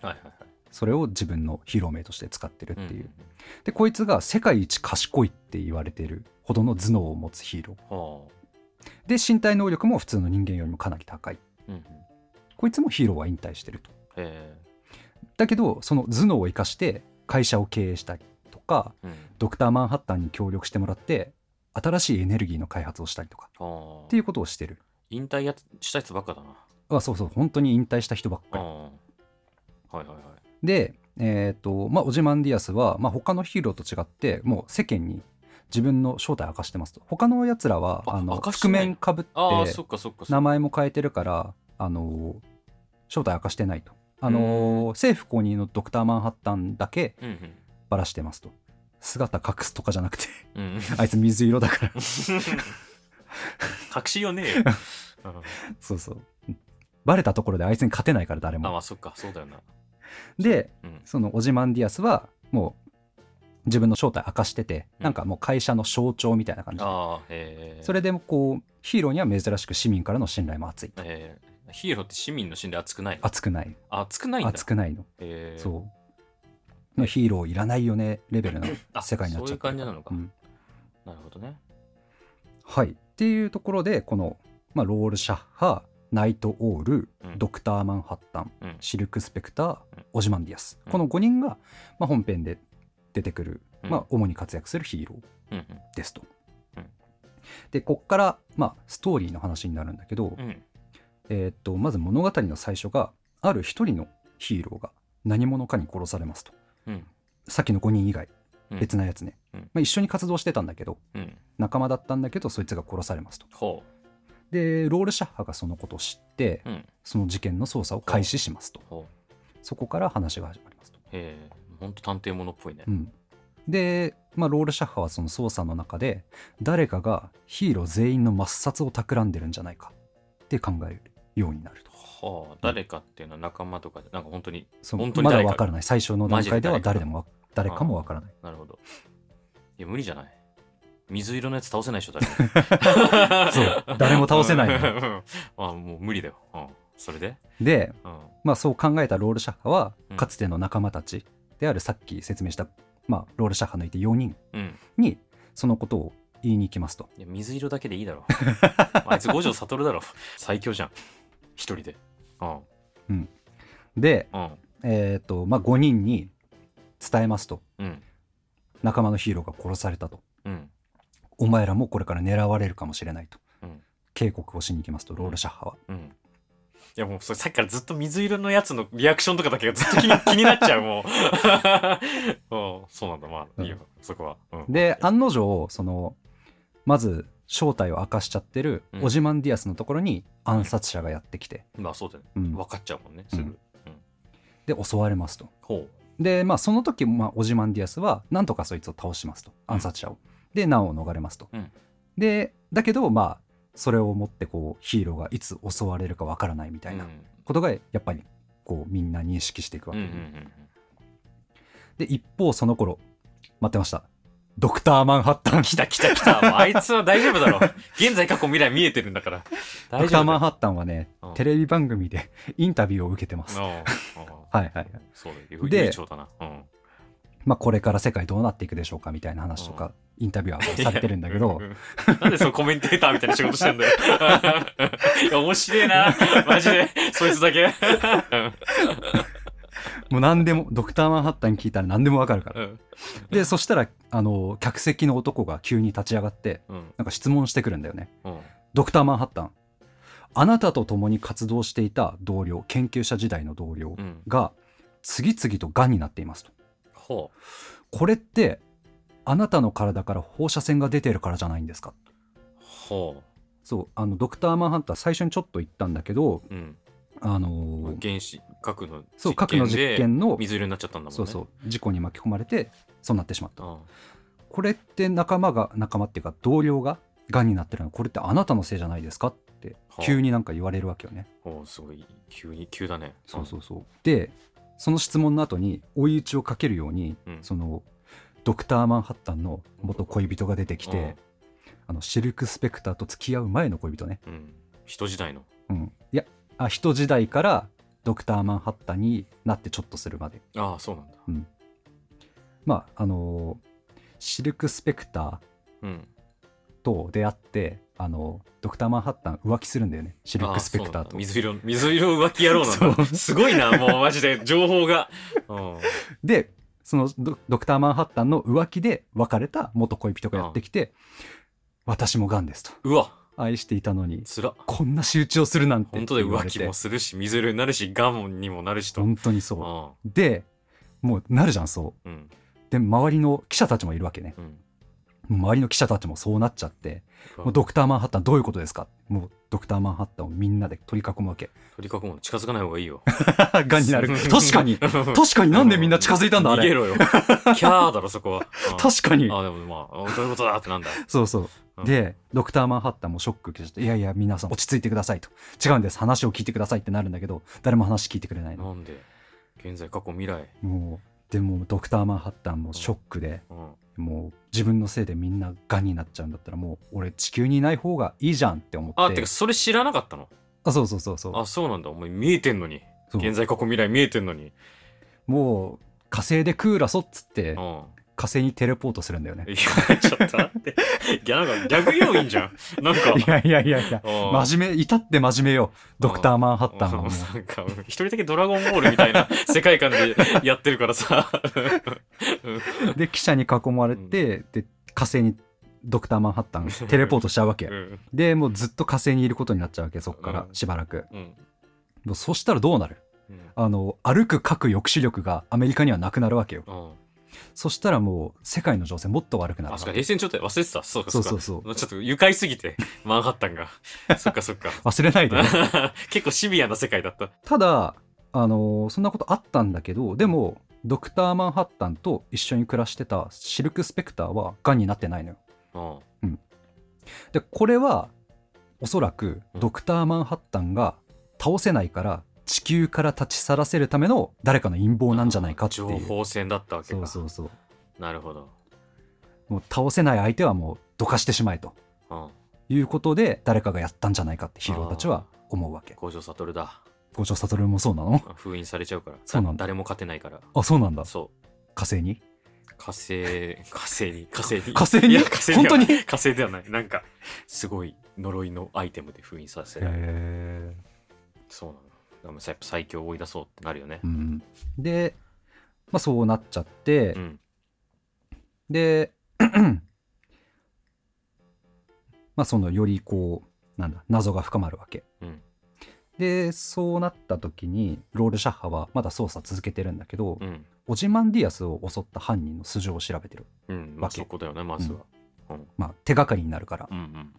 A: はいはいはい
C: それを自分のヒーロー名として使ってるっ
A: うん
C: ていう、でこいつが世界一賢いって言われてるほどの頭脳を持つヒーロー
A: は
C: で身体能力も普通の人間よりもかなり高い
A: あうんうん
C: こいつもヒーローは引退してると
A: え
C: だけどその頭脳を生かして会社を経営したりとか
A: ーうん
C: ドクター・マンハッタンに協力してもらって新しいエネルギーの開発をしたりとか
A: はあ
C: っていうことをしてる
A: 引退やつしたやつばっかだな
C: あそうそう本当に引退した人ばっか
A: ああ
C: り
A: はいはいはい
C: でえーとまあ、オジマンディアスは、まあ、他のヒーローと違ってもう世間に自分の正体を明かしてますと他のやつらは
A: あ
C: あの
A: 明かして
C: 覆
A: ない
C: 面かぶって
A: ああ、そっかそっかそっか。
C: 名前も変えてるからあの正体明かしてないとあの政府公認のドクター・マンハッタンだけ
A: うん
C: バラしてますと姿隠すとかじゃなくて
A: うん。 うんうん。
C: あいつ水色だから
A: 隠しよね えよ。うん
C: そうそうバレたところであいつに勝てないから誰
A: あ、ま
C: も
A: あそっか、そうだよな。
C: で
A: うん。
C: そのオジマンディアスはもう自分の正体明かしてて
A: うん
C: なんかもう会社の象徴みたいな感じで
A: ああ、ええ
C: それでもこうヒーローには珍しく市民からの信頼も厚いと
A: ええヒーローって市民の信頼厚くないの
C: 厚くない
A: あ厚くないんだ。
C: 厚くないの
A: ええ
C: そうのヒーローいらないよねレベルの
A: あ
C: 世界になっちゃって
A: そ
C: る
A: ういう感じなのか
C: うん
A: なるほどね。
C: はいっていうところでこの、まあ、ロールシャッハナイト・オール
A: うん
C: ドクター・マンハッタン
A: うん。
C: シルク・スペクター
A: うん
C: オジマンディアス
A: うん
C: この5人が、まあ、本編で出てくる、
A: うん
C: まあ、主に活躍するヒーロー
A: うん
C: ですと
A: うん。
C: でこっから、まあ、ストーリーの話になるんだけ
A: う
C: ど、
A: ん。うん。
C: えーっとまず物語の最初がある一人のヒーローが何者かに殺されますと
A: うん。
C: さっきの5人以外
A: うん
C: 別なやつね、
A: うん
C: まあ、一緒に活動してたんだけど
A: うん。
C: 仲間だったんだけどそいつが殺されますと
A: ほ
C: でロールシャッハがそのことを知って、
A: う。うん。
C: その事件の捜査を開始しますと
A: ほう。
C: そこから話が始まりますと、
A: ええほんと探偵ものっぽいね
C: う。ん、で、まあ、ロールシャッハはその捜査の中で誰かがヒーロー全員の抹殺を企んでるんじゃないかって考えるようになると
A: はあ、誰かっていうのは仲間とかで、なんか本当に、
C: その
A: 本当に
C: まだ
A: 誰か
C: わからない最初の段階では
A: マジで誰か
C: 誰でもわ誰かもわからない
A: なるほど。いや、無理じゃない。水色のやつ倒せないでしょ、誰も。
C: そう誰も倒せないの
A: うん。うんあ、もう無理だよ。うん。それで
C: で、
A: うん。
C: まあ、そう考えたロールシャッハは
A: うん
C: かつての仲間たちであるさっき説明した、まあ、ロールシャッハのいて4人
A: うん。
C: にそのことを言いに行きますと
A: いや、水色だけでいいだ ろ。あいつ五条悟だろ。最強じゃん。一人で。うん。
C: で、
A: うん。
C: えーとまあ、5人に伝えますと
A: うん。
C: 仲間のヒーローが殺されたと
A: うん。
C: お前らもこれから狙われるかもしれないと、
A: うん
C: 警告をしに行きますとロールシャッハは、
A: うん。いやもうそれさっきからずっと水色のやつのリアクションとかだけがずっと気 に気になっちゃうもう うんそうなんだまあいいよ、そこは、うん、
C: で案の定そのまず正体を明かしちゃってる
A: うん
C: オジマンディアスのところに暗殺者がやってきて、
A: まあそうだよね、
C: うん
A: 分かっちゃうもんねすぐ、
C: うんで襲われますと
A: ほ
C: でまあその時、まあ、オジマンディアスはなんとかそいつを倒しますと暗殺者を、で難を逃れますと、
A: うん
C: でだけどまあそれをもってこうヒーローがいつ襲われるかわからないみ
A: う
C: たいな
A: うん
C: ことがやっぱりこうみんな認識していくわ
A: うん
C: け
A: う
C: で,、
A: ん
C: 一方その頃待ってましたドクター・マンハッタ
A: う
C: ン
A: ん、来た来た来たもうあいつは大丈夫だろ現在過去未来見えてるんだから
C: ド
A: 大
C: ク
A: 丈夫
C: ター・
A: だ
C: マン
A: よ
C: ハッタンはね、
A: うん
C: テレビ番組で インタビューを受けてます、
A: うんうん
C: はいはいはい
A: そうだよ
C: で
A: 悠長だな、うん、
C: まあこれから世界どうなっていくでしょうかみたいな話とか、インタビュアーがされてるんだけど
A: いやうんなんでそのコメンテーターみたいな仕事してん だよ。いや、面白いな。マジで。そいつだけ。うん
C: もう何でもドクター・マンハッタン聞いたら何でもわかるから
A: うん
C: でそしたらあの客席の男が急に立ち上がって
A: うん
C: なんか質問してくるんだよね
A: うん
C: ドクター・マンハッタンあなたと共に活動していた同僚研究者時代の同僚
A: うん
C: が次々とがんになっていますと
A: ほう
C: これってあなたの体から放射線が出てるからじゃないんですか
A: ほ
C: そうあのドクター・マンハッタン最初にちょっと言ったんだけど
A: ううん
C: あのー
A: 原子核の
C: そう核の実
A: で
C: 験の
A: 水色になっちゃったんだもんね
C: そうそう事故に巻き込まれてそうなってしまった
A: うん
C: これって仲間が仲間っていうか同僚ががんになってるのこれってあなたのせいじゃないですかって
A: はあ
C: 急になんか言われるわけよね、
A: おうすごい急に急だね
C: そうそうそうでその質問の後に追い打ちをかけるように、
A: うん
C: そのドクター・マンハッタンの元恋人が出てきて、
A: うん
C: あのシルク・スペクターと付き合う前の恋人ね、
A: うん、うん、人時代の
C: うん、いやあ人時代からドクター・マンハッタンになってちょっとするまで
A: ああそうなんだ
C: まああのーシルク・スペクター
A: うん
C: と出会ってあのドクター・マンハッタン浮気するんだよねシル
A: あ
C: ク・
A: あ
C: スペクタ
A: そ
C: ー
A: うなんだ
C: と。
A: 水色水色浮気野郎なん
C: そ
A: だ
C: う
A: すごいなもうマジで情報がうん
C: でそのドドクター・マンハッタンの浮気で別れた元恋人がやってきて「私もガンです」と
A: うわ
C: 「愛していたのに
A: つら
C: こんな仕打ちをするなんて」
A: 本当で
C: って言わ
A: 浮
C: れ
A: 気
C: て
A: もするし水色になるしガモンにもなるしと
C: 本当にそう。
A: う
C: でもうなるじゃんそう
A: うん
C: で周りの記者たちもいるわけね
A: うん
C: もう周りの記者たちもそうなっちゃってもうドクター・マンハッタンどういうことですかもうドクター・マンハッタンをみんなで取り囲む わけ
A: 取り囲むの近づかない方がいい よ
C: がん になる確かに
A: 確
C: 確かになんでみんな近づいたんだあ
A: 逃げ
C: れ
A: ろ よキャーだろそこはか
C: 確かに
A: あでもまあどういうことだってなんだ
C: そうそう
A: うん
C: でドクター・マンハッタンもショック受けちゃって「いやいや皆さん落ち着いてください」と「違うんです話を聞いてください」ってなるんだけど誰も話聞いてくれないの
A: なんで現在過去未来
C: もうでもドクター・マンハッタンもショックで
A: うん
C: もう自分のせいでみんながんになっちゃうんだったらもう俺地球にいない方がいいじゃんって思って
A: あてかそれ知らなかったの
C: あそうそうそうそう
A: あそうなんだお前見えてんのに
C: そう
A: 現在過去未来見えてんのに
C: もう火星で食うらそっつって
A: うん
C: 火星にテレポートするんだよね
A: いやちょっと待っていやなんか逆要因じゃんなんか
C: いやいやいやいや
A: うん
C: 真面目至って真面目よドクター・マンハッタンはもう
A: なんか、一人だけドラゴンボールみたい な世界観でやってるからさ。 うん
C: で記者に囲まれて、で火星にドクター・マンハッタン テレポートしちゃうわけ、
A: うん。
C: でもうずっと火星にいることになっちゃうわけそっから
A: うん
C: しばらく、
A: うん。
C: もうそしたらどうなる
A: うん
C: あの歩く書く抑止力がアメリカにはなくなるわけよ
A: うん
C: そしたらもう世界の情勢もっと悪くなる
A: あ、
C: わ
A: そっか、冷戦状態忘れてた。そうか、
C: そう
A: そ
C: そううそう
A: か。ちょっと愉快すぎて、マンハッタン が。そっか、そっか。
C: 忘れないでね
A: 結構シビアな世界だった。
C: ただあのそんなことあったんだけどでもドクター・マンハッタンと一緒に暮らしてたシルク・スペクターはがんになってないのよ
A: うん。
C: でこれはおそらくドクター・マンハッタンが倒せないから地球から立ち去らせるための誰かの陰謀なんじゃないかってい
A: 情
C: う
A: 報戦だったわけ
C: そう
A: か。
C: そうそう
A: なるほど。
C: もう倒せない相手はもうどかしてしまえと
A: うん。
C: いうことで誰かがやったんじゃないかってヒーローたちは思うわけ
A: 五条悟だ。
C: 五条悟もそうなの
A: 封印されちゃうから。
C: そうなんだ
A: 誰も勝てないから。
C: あそうなんだ
A: そう。
C: 火星に
A: 火星、火星に、火星に。
C: 火星に
A: いや火星ではない
C: 本当に
A: 火星ではない。なんか、すごい呪いのアイテムで封印させ
C: へ
A: られる。
C: え
A: そうなの。だからやっぱ最強を追い出そうってなるよね
C: う。んでまあそうなっちゃって、
A: うん。
C: でまあそのよりこうなんだ謎が深まるわけ、
A: うん
C: でそうなった時にロールシャッハはまだ捜査続けてるんだけど、
A: うん。
C: オジマンディアスを襲った犯人の素性を調べてる、
A: うん。ま
C: わ
A: あ
C: け
A: そこだよね、まずは。うん。
C: まあ、手がかりになるから、
A: うんうん。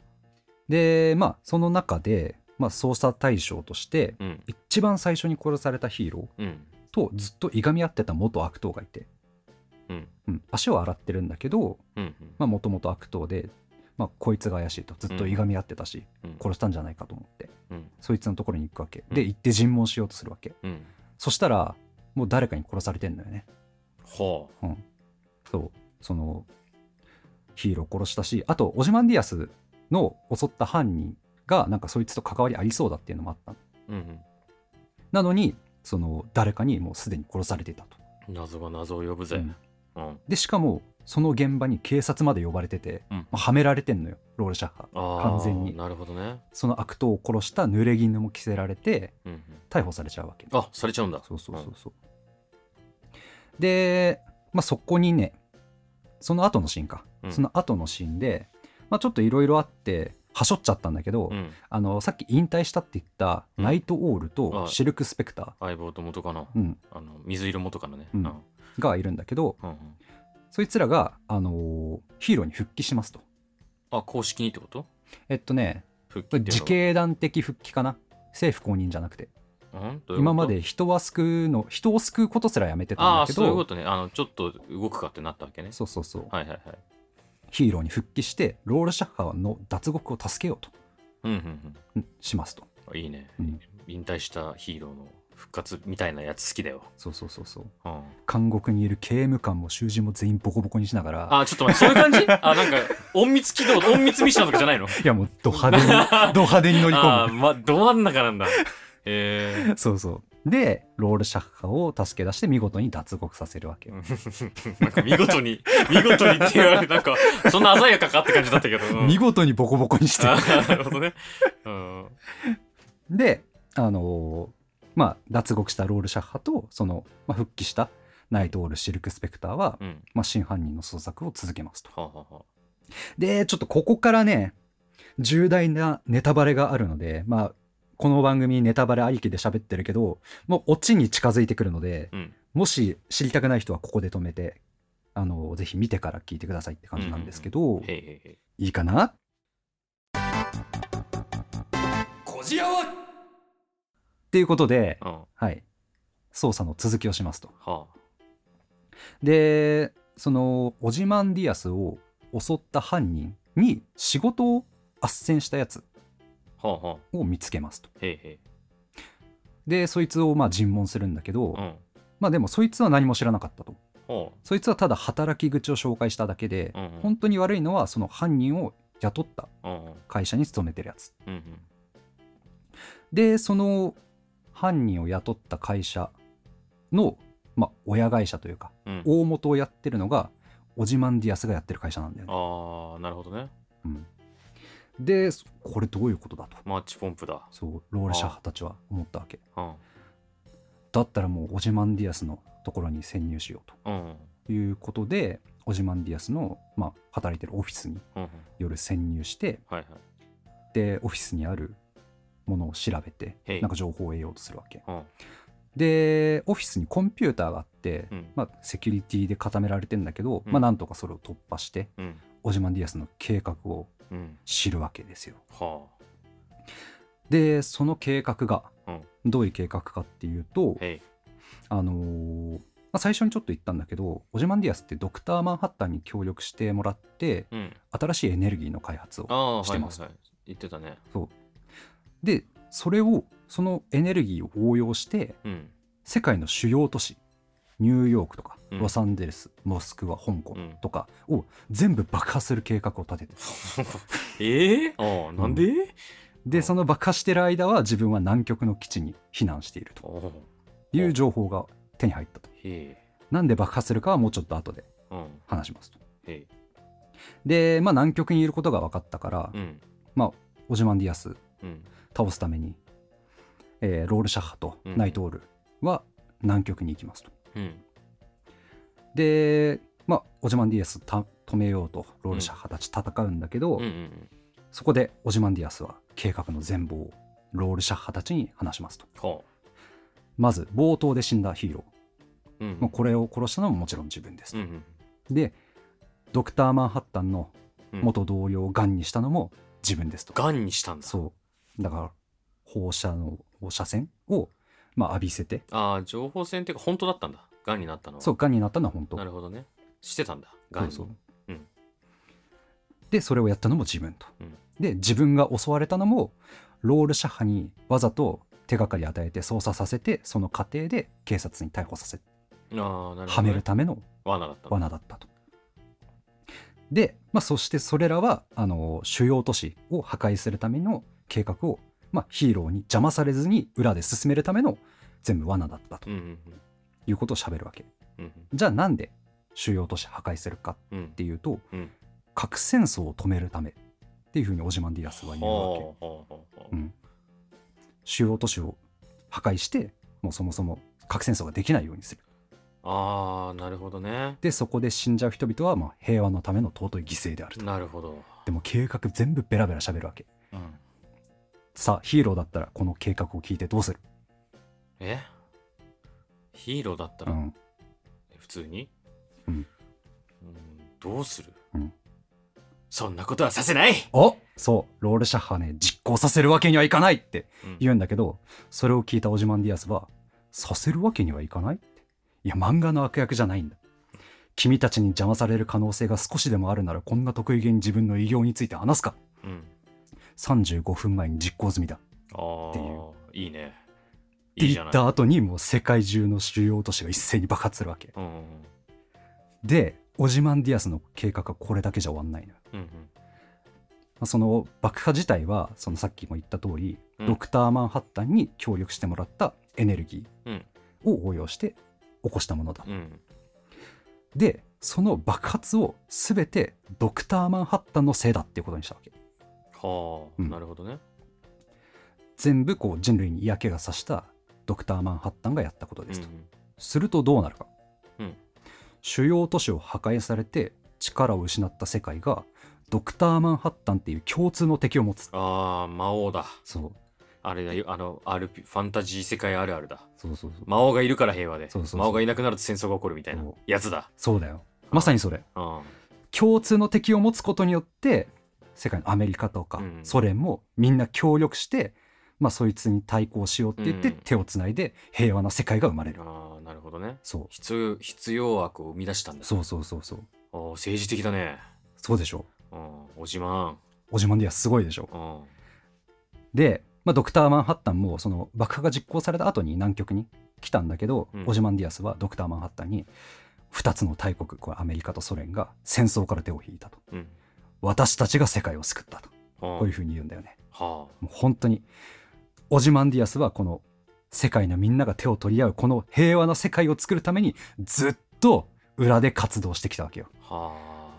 C: でまあその中で、まあ、捜査対象として
A: うん。
C: 一番最初に殺されたヒーロー
A: うん。
C: とずっといがみ合ってた元悪党がいて、
A: うん
C: うん足を洗ってるんだけど
A: うん。
C: もともと悪党で、まあ、こいつが怪しいとずっといがみ合ってたし、
A: うん。
C: 殺したんじゃないかと思って
A: うん。
C: そいつのところに行くわけ
A: うん
C: で行って尋問しようとするわけ
A: うん。
C: そしたらもう誰かに殺されてんだよね
A: ほ
C: そうそのヒーロー殺したしあとオジマンディアスの襲った犯人がなんかそいつと関わりありそうだっていうのもあったの
A: う。うん。
C: なのにその誰かにもうすでに殺されていたと、
A: 謎が謎を呼ぶ
C: う
A: ぜ
C: ん。
A: うん。
C: でしかもその現場に警察まで呼ばれてて、
A: うん
C: まあはめられてんのよロールシャッハ
A: ああ。
C: 完全に
A: なるほどね。
C: その悪党を殺した濡れ衣も着せられて
A: うんうん。
C: 逮捕されちゃうわけ
A: あ、されちゃうんだ。
C: そうそうそうそう。で、まあ、そこにね、その後のシーンか、
A: うん
C: その後のシーンで、まあ、ちょっといろいろあって、はしょっちゃったんだけど、
A: うん。
C: あのさっき引退したって言った、
A: うん
C: ナイトオール
A: は
C: と
A: い
C: シルクスペクタ
A: 相棒と元カノ。
C: ー、うん、
A: あの、水色元カノね。
C: う
A: うんん。
C: がいるんだけど、
A: うんうん
C: そいつらが、あのーヒーローに復帰しますと。
A: あ、公式にってこと
C: えっとね、
A: 復
C: こ
A: 帰
C: れ
A: っていう
C: 自
A: のは
C: 警団的復帰かな。政府公認じゃなくて
A: うんどういうこと
C: 今まで人は救うの人を救うことすらやめてたん
A: あ
C: だ
A: あ
C: け
A: そういうこ
C: ど
A: とねあのちょっと動くかってなったわけね
C: そうそうそう
A: はいはいはい
C: ヒーローに復帰してロールシャッハーの脱獄を助けようと
A: うんうん
C: うんしますと
A: うんいいね、
C: うん
A: 引退したヒーローの復活みたいなやつ好きだよ、
C: そうそうそうそう
A: うん、
C: 監獄にいる刑務官も囚人も全員ボコボコにしながら
A: あちょっと待ってそういう感じあなんか隠密軌道隠密ミッションとかじゃないの
C: いやもうド派 手にド派手に乗り
A: あー、
C: 込
A: ま、ど真ん中なんだえ
C: むそうそうでロールシャッハーを助け出して見事に脱獄させるわけ
A: え
C: よ、
A: ー、なんか見事に見事にって言われてなんかそんな鮮やかかって感じだったけど、うん
C: 見事にボコボコにして
A: あーなるほどね、うん、
C: であのーまあ脱獄したロールシャッハーとその、まあ、復帰したナイトオールシルクスペクターは、
A: うん
C: まあ、真犯人の捜索を続けますと
A: はあ、はあはあ、
C: で、ちょっとここからね、重大なネタバレがあるので、まあ、この番組ネタバレありきで喋ってるけど、もうオチに近づいてくるので、
A: うん
C: もし知りたくない人はここで止めてあのぜひ見てから聞いてくださいって感じなんですけど、
A: へいへいへい。
C: いいかな
A: こじらは
C: っていうことで、
A: うん。は
C: はい、捜査の続きをしますと。
A: あ。
C: でそのオジマンディアスを襲った犯人に仕事を斡旋したやつ
A: はあはあ。
C: を見つけますと。
A: へいへい。
C: でそいつをまあ尋問するんだけど、
A: うん。
C: まあでもそいつは何も知らなかったと。
A: ほ
C: そいつはただ働き口を紹介しただけで、
A: う。うんうん。
C: 本当に悪いのはその犯人を雇った
A: うんうん。
C: 会社に勤めてるやつ。
A: うんうん。
C: でその犯人を雇った会社の、まあ、親会社というか
A: うん
C: 大元をやってるのがオジマンディアスがやってる会社なんだよね。
A: ああ、なるほどね。
C: うんでそこれどういうことだと
A: マッチポンプだ。
C: そうローレシャーたちは思ったわけ
A: うん。
C: だったらもうオジマンディアスのところに潜入しよう
A: うんうん。
C: ということでオジマンディアスの、まあ、働いてるオフィスに
A: うんうん。
C: 夜潜入して
A: はいはい。
C: でオフィスにあるものを調べ
A: へ
C: て
A: い
C: なんか情報を得ようとするわけ
A: うん
C: でオフィスにコンピューターがあって、
A: うん。
C: まあ、セキュリティで固められてんだけど、
A: うん
C: まあ、なんとかそれを突破して
A: うん。
C: オジマンディアスの計画を
A: うん。
C: 知るわけですよ
A: はあ。
C: でその計画が
A: うん
C: どういう計画かっていうと、
A: へい。
C: あのーまあ、最初にちょっと言ったんだけどオジマンディアスってドクター・マンハッタンに協力してもらって
A: うん。
C: 新しいエネルギーの開発を
A: ああ、はい
C: してます
A: はいはい。言ってたね。
C: でそれをそのエネルギーを応用して
A: うん。
C: 世界の主要都市ニューヨークとか
A: うん
C: ロサンゼルス、モスクワ香港
A: うん
C: とかを全部爆破する計画を立てて
A: ええああ、なんで、
C: でその爆破してる間は自分は南極の基地に避難していると
A: おう
C: いう情報が手に入ったと
A: へえ。
C: なんで爆破するかはもうちょっと後で
A: うん。
C: 話しますと
A: へい。
C: でまあ南極にいることが分かったから、
A: うん。
C: オジマンディアス
A: うん。
C: 倒すために、えーロールシャッハと
A: うん
C: ナイトオールは南極に行きますと。
A: うん。
C: で、まあ、オジマンディアスた止めようとロールシャッハたち戦うんだけど、
A: うん。うん。
C: そこでオジマンディアスは計画の全貌をロールシャッハたちに話しますと。
A: はあ。
C: まず冒頭で死んだヒーロ
A: うん
C: ー、まあ、これを殺したのももちろん自分です
A: う
C: と。
A: ん。
C: でドクター・マンハッタンの
A: うん。
C: 元同僚をガンにしたのも自分ですと。
A: がんにしたんだ。
C: そうだから放射の放射線を、まあ、浴びせて
A: ああ、情報戦っていうか、本当だったんだ。がんになったのは。
C: そうがんになったのは本当
A: なるほどね。してたんだ。がんに。
C: そうそう
A: ガンにうん
C: でそれをやったのも自分と、
A: うん
C: で自分が襲われたのもロールシャハにわざと手がかり与えて捜査させてその過程で警察に逮捕させ
A: ああ、なるほど、ね。
C: はめるための
A: 罠だったの。
C: 罠だったとで、まあ、そしてそれらはあの主要都市を破壊するための計画を、まあ、ヒーローに邪魔されずに裏で進めるための全部罠だったと
A: うんうん
C: いうことを喋るわけ
A: うん。
C: じゃあなんで主要都市破壊するか
A: うんうん。
C: っ、ていうと、
A: うん
C: 核戦争を止めるためっていうふうにオジマンディアスは言うわけ
A: はあはあはあはあ
C: うん主要都市を破壊してもうそもそも核戦争ができないようにする
A: ああ、なるほどね。
C: でそこで死んじゃう人々はまあ平和のための尊い犠牲であると
A: なるほど。
C: でも計画全部ベラベラ喋るわけ
A: うん、
C: さあヒーローだったらこの計画を聞いてどうする、
A: えヒーローだった
C: う
A: ら、
C: ん、
A: 普通に、
C: うん
A: うんどうする、
C: うん
A: そんなことはさせない、
C: おそうロールシャッハね実行させるわけにはいかないって
A: うん
C: 言うんだけどそれを聞いたオジマンディアスは「させるわけにはいかない?」って「いや漫画の悪役じゃないんだ」「君たちに邪魔される可能性が少しでもあるならこんな得意げに自分の偉業について話すか
A: うん、
C: 35分前に実行済みだ」っ
A: あ
C: って
A: あ
C: い
A: いいね。
C: て
A: いいじ
C: 言
A: ゃ
C: っ
A: ない。
C: た後にもう世界中の主要都市が一斉に爆発するわけ
A: うんうん
C: でオジマンディアスの計画はこれだけじゃ終わんないのよ
A: うんうん
C: まあその爆破自体はそのさっきも言った通り、
A: うん
C: ドクター・マンハッタンに協力してもらったエネルギ
A: うん
C: ーを応用して起こしたものだ
A: うんうん
C: でその爆発を全てドクター・マンハッタンのせいだっていうことにしたわけ
A: はあ、
C: うん
A: なるほどね。
C: 全部こう人類に嫌気がさしたドクター・マンハッタンがやったことですと、
A: うん
C: するとどうなるか、
A: うん
C: 主要都市を破壊されて力を失った世界がドクター・マンハッタンっていう共通の敵を持つ
A: ああ、魔王だ。
C: そう
A: あれだよ、あの、RP、ファンタジー世界あるあるだ。
C: そうそうそう。
A: 魔王がいるから平和で、
C: そうそうそう
A: 魔王がいなくなると戦争が起こるみたいな
C: そう
A: やつだ。
C: そうだよ。まさにそれ。
A: うん。
C: 共通の敵を持つことによって世界のアメリカとか
A: うん
C: ソ連もみんな協力して、まあ、そいつに対抗しようって言って
A: うん
C: 手をつないで平和な世界が生まれる、
A: ああ、なるほどね。
C: そう
A: 必要必要悪を生み出したんだ。
C: そうそうそうそう
A: おー政治的だね。
C: そうでしょ
A: うん。おじま
C: オジマンディアスすごいでしょ
A: ん。うん。
C: で、まあ、ドクター・マンハッタンもその爆破が実行された後に南極に来たんだけど、
A: うん
C: オジマンディアスはドクター・マンハッタンに2つの大国これアメリカとソ連が戦争から手を引いたと
A: うん。
C: 私たちが世界を救ったと
A: こ
C: こういうふうに言うんだよね
A: は
C: もう本当にオジマンディアスはこの世界のみんなが手を取り合うこの平和な世界を作るためにずっと裏で活動してきたわけよ
A: あ。はあ。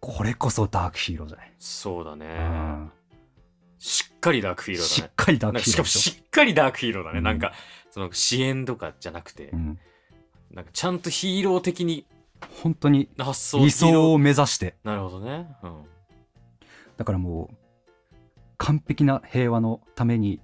C: これこそダークヒーローじゃない、
A: そうだね。
C: うん
A: しっかりダークヒーロー
C: し
A: だ
C: っ
A: ね。
C: かりダー
A: なんか
C: クヒ
A: し
C: ー
A: かも
C: ローでし
A: しっかりダークヒーローだね。
C: うん
A: なんか、その支援とかじゃなくて、
C: ょ、うん、
A: なんかちゃんとヒーロー的に
C: 本当に
A: 発想
C: 理
A: ヒーロ
C: 想
A: ー
C: を目指して
A: なるほどね。うん。
C: だからもう完璧な平和のために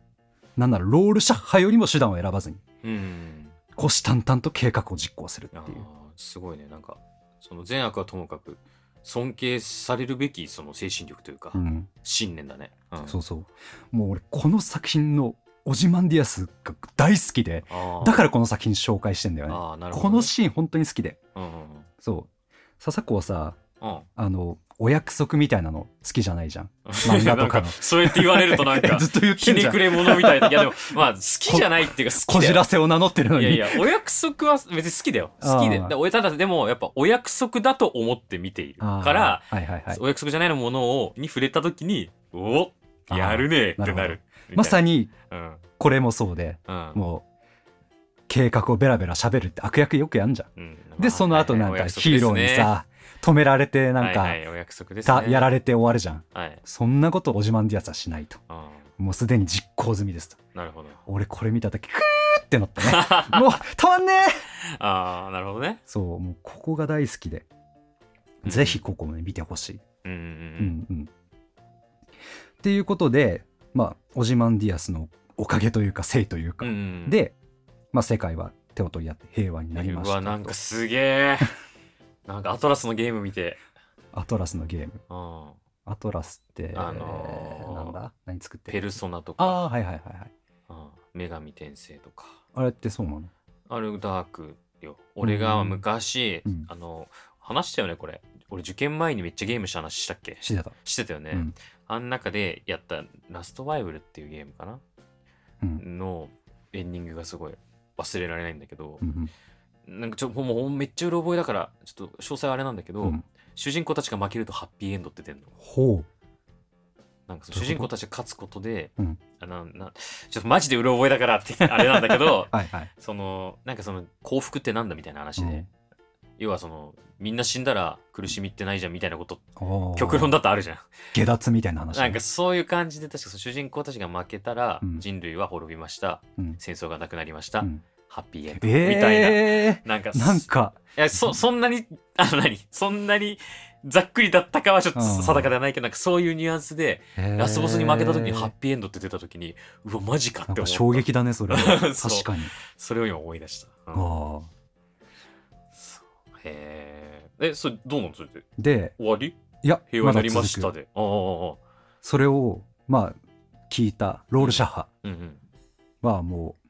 C: なんならロールシャッハよりも手段を選ばずに
A: うん。
C: 虎視眈々と計画を実行する
A: あ
C: っていう
A: ーすごいね。なんか、その善悪はともかく、尊敬されるべきその精神力というか、
C: うん、
A: 信念だね。うん、
C: そうそうもう俺この作品のオジマンディアスが大好きで
A: あー
C: だからこの作品紹介してんだよね
A: あーなるほど
C: こ
A: ね、
C: のシーン本当に好きで
A: うんうんうん
C: そう笹子はさ
A: うん
C: あのお約束みたいなの好きじゃないじゃん漫画
A: な
C: と
A: ん
C: か
A: か
C: の
A: そうやって言われるとなんか
C: ずっと言っ
A: ひ
C: てんじ
A: ね
C: ゃん
A: くれ者みたいないやでもまあ好きじゃないっていうか好
C: こ
A: きだ
C: じ
A: よ
C: らせを名乗ってるの
A: い
C: に
A: やいやお約束は別に好きだよ好きで
C: あー
A: でおただでもやっぱお約束だと思って見ている
C: あー
A: から、
C: はいはいはい、
A: お約束じゃないものをに触れた時におやるねってなる
C: あーなる
A: みたいな
C: まさに
A: うん
C: これもそうで
A: うん
C: もう計画をベラベラ喋るって悪役よくやんじゃん
A: うんま
C: で
A: あ
C: その後
A: はいは
C: ないん
A: お
C: か
A: 約束
C: ヒーロー
A: で
C: に
A: すね
C: さ止められてなんか、
A: はいはいお約束です
C: た
A: ね
C: やられて終わるじゃん
A: はい、
C: そんなことオジマンディアスはしないと
A: うん、
C: もうすでに実行済みですと
A: なるほど
C: 俺これ見た時クーってな ったねもうたまんねえ
A: ああなるほどね
C: そうもうここが大好きで、ぜひここもね見てほしい、
A: うんうん
C: う
A: うん
C: んうん、っていうことでまあオジマンディアスのおかげというかせいという
A: う
C: か、
A: んうん
C: で、まあ、世界は手を取り合って平和になりまし
A: うわ
C: たと
A: なんかすげえなんかアトラスのゲーム見て、
C: アトラスのゲーム
A: うん、
C: アトラスって、
A: あのー
C: なんだ何作って
A: ペ
C: る
A: ルソナとか、
C: ああはいはいはいはい
A: うん、女神転生とか
C: あれってそうなの
A: あれダークよ俺が昔、
C: うん
A: あの話したよねこれ俺受験前にめっちゃゲームした話したっけ
C: 知ってた、
A: してたよね、
C: うん
A: あん中でやったラストバイブルっていうゲームかな
C: うん
A: のエンディングがすごい忘れられないんだけど
C: う、ん
A: なんかちょもうもうめっちゃうろ覚えだからちょっと詳細はあれなんだけ
C: う
A: ど、
C: んうん、
A: 主人公たちが負けるとハッピーエンドって出んの
C: ほう
A: なんかその
C: どう
A: 主
C: いう
A: 人
C: こ
A: 公たちが勝つことで、
C: うん
A: あのなちょっとマジでうろ覚えだからってあれなんだけ ど
C: はいはい、
A: そのなんかその幸福ってなんだみたいな話で、
C: うん
A: 要はそのみんな死んだら苦しみってないじゃんみたいなこと
C: おー
A: 極論だとあるじゃん
C: 下脱みたいな話ね
A: なんかそういう感じで確かその主人公たちが負けたら、
C: うん
A: 人類は滅びました
C: うん
A: 戦争がなくなりました、
C: うん
A: ハッピーエンド、みたいな
C: え
A: なんか
C: ー、なんか
A: いやそそんなにあの何そんなにざっくりだったかはちょっと
C: うん
A: 定かではないけどなんかそういうニュアンスでラスボスに負けた時にハッピーエンドって出た時にうわマジか
C: な
A: っ
C: ん
A: て
C: か
A: 思
C: 衝
A: った
C: 撃だねそれは
A: そう
C: 確かに
A: それを今思い出した、うん
C: ああ
A: そうへええそれどうなのそれで
C: で
A: 終わり
C: いや
A: 平和になりました
C: だ続く
A: で、ああああああ
C: それをまあ聞いたロールシャッハ
A: うんうん
C: はもう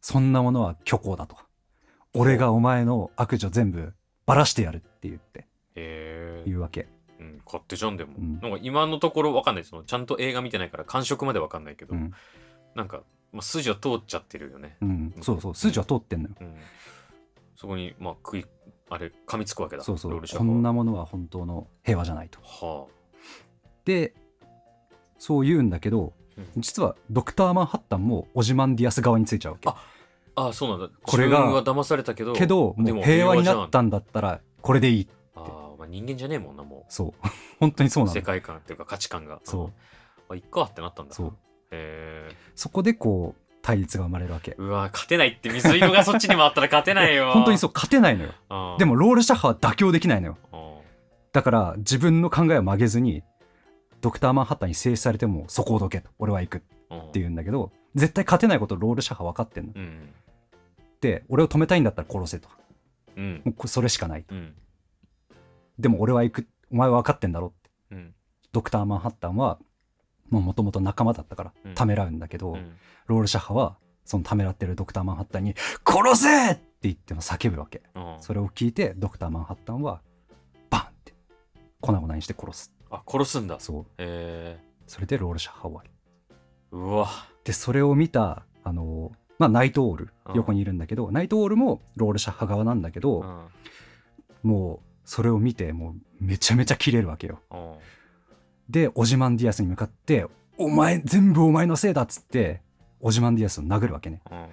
C: そんなものは虚構だと俺がお前の悪女全部ばらしてやるって言って
A: へえ
C: 言うわけ
A: うん、勝手じゃんでも、
C: うん
A: なんか今のところわかんないそのちゃんと映画見てないから感触までわかんないけど、
C: うん、
A: なんか、まあ、筋は通っちゃってるよね、
C: うん、そうそう筋は通ってんのよ
A: うん、そこにまあ食いあれ噛みつくわけだ
C: そうそ
A: ロ
C: う
A: ールシャ
C: こ
A: フ
C: ん
A: は
C: なものは本当の平和じゃないと
A: は
C: でそう言うんだけど
A: うん
C: 実はドクター・マンハッタンもオジマンディアス側についちゃうわけ
A: あああそうなんだ
C: これが
A: 自分は騙されたけど
C: けど
A: で
C: もう平和に
A: じゃん
C: なったんだったらこれでいい
A: あー、まあ、人間じゃねえもんなも
C: そう 本当にそう
A: う
C: な
A: 世
C: の
A: 界観っていうか価値観が
C: そう
A: あいっかってなったんだ
C: そう
A: へえ
C: そこでこう対立が生まれるわけ
A: うわ勝てないって水色がそっちに回ったら勝てないよ
C: 本当にそう勝てないのよ
A: うん
C: でもロールシャッハは妥協できないのよ
A: うん
C: だから自分の考えを曲げずにドクター・マンハッタンに制止されてもそこをどけと俺は行くって
A: っ
C: 言うんだけど絶対勝てないことロールシャハ分かってんの
A: うん
C: で俺を止めたいんだったら殺せと
A: うん
C: もうこそれしかない
A: うん
C: でも俺は行くお前は分かってんだろって
A: うん
C: ドクター・マンハッタンはもともと仲間だったから
A: うん
C: ためらうんだけど、
A: うん
C: ロールシャハはそのためらってるドクター・マンハッタンに「殺せ!」って言っても叫ぶわけ
A: うん
C: それを聞いてドクター・マンハッタンはバンって粉々にして殺す
A: あ殺すんだ
C: そう
A: え
C: それでロールシャハ終わり
A: ー、うわ
C: でそれを見たあのまあナイトオール
A: うん
C: 横にいるんだけど、ナイトオールもロールシャハ側なんだけ
A: う
C: ど、
A: ん
C: もうそれを見てもうめちゃめちゃキレるわけよ
A: うん
C: でオジマンディアスに向かって「お前全部お前のせいだ」っつってオジマンディアスを殴るわけね
A: うん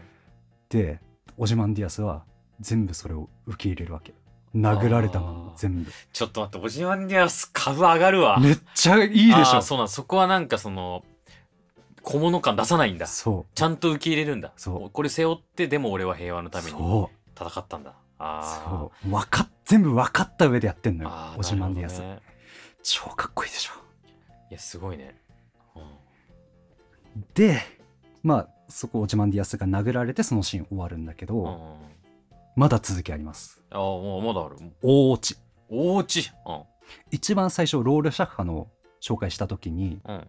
C: でオジマンディアスは全部それを受け入れるわけ殴られたもの全部
A: ちょっと待ってオジマンディアス株上がるわ
C: めっちゃいいでし
A: あ
C: ょ
A: ーそうなんそこはなんかその小物感出さないんだ
C: そ
A: ちゃんと受け入れるんだ
C: そう
A: これ背負ってでも俺は平和のた
C: う
A: めに
C: そう
A: 戦ったんだあ
C: そうわかっ全部分かった上でやってん
A: ー
C: のよ
A: あー
C: オジマンディア
A: な
C: ス、
A: るほどね
C: 超かっこいいでしょ
A: いやすごいね、うん
C: でまあそこオジマンディアスが殴られてそのシーン終わるんだけど、
A: うんうんうん、
C: まだ続きあります
A: ああもうまだある
C: 大落ち
A: おうちう
C: 一番最初ロールシャッハの紹介した時に
A: んうん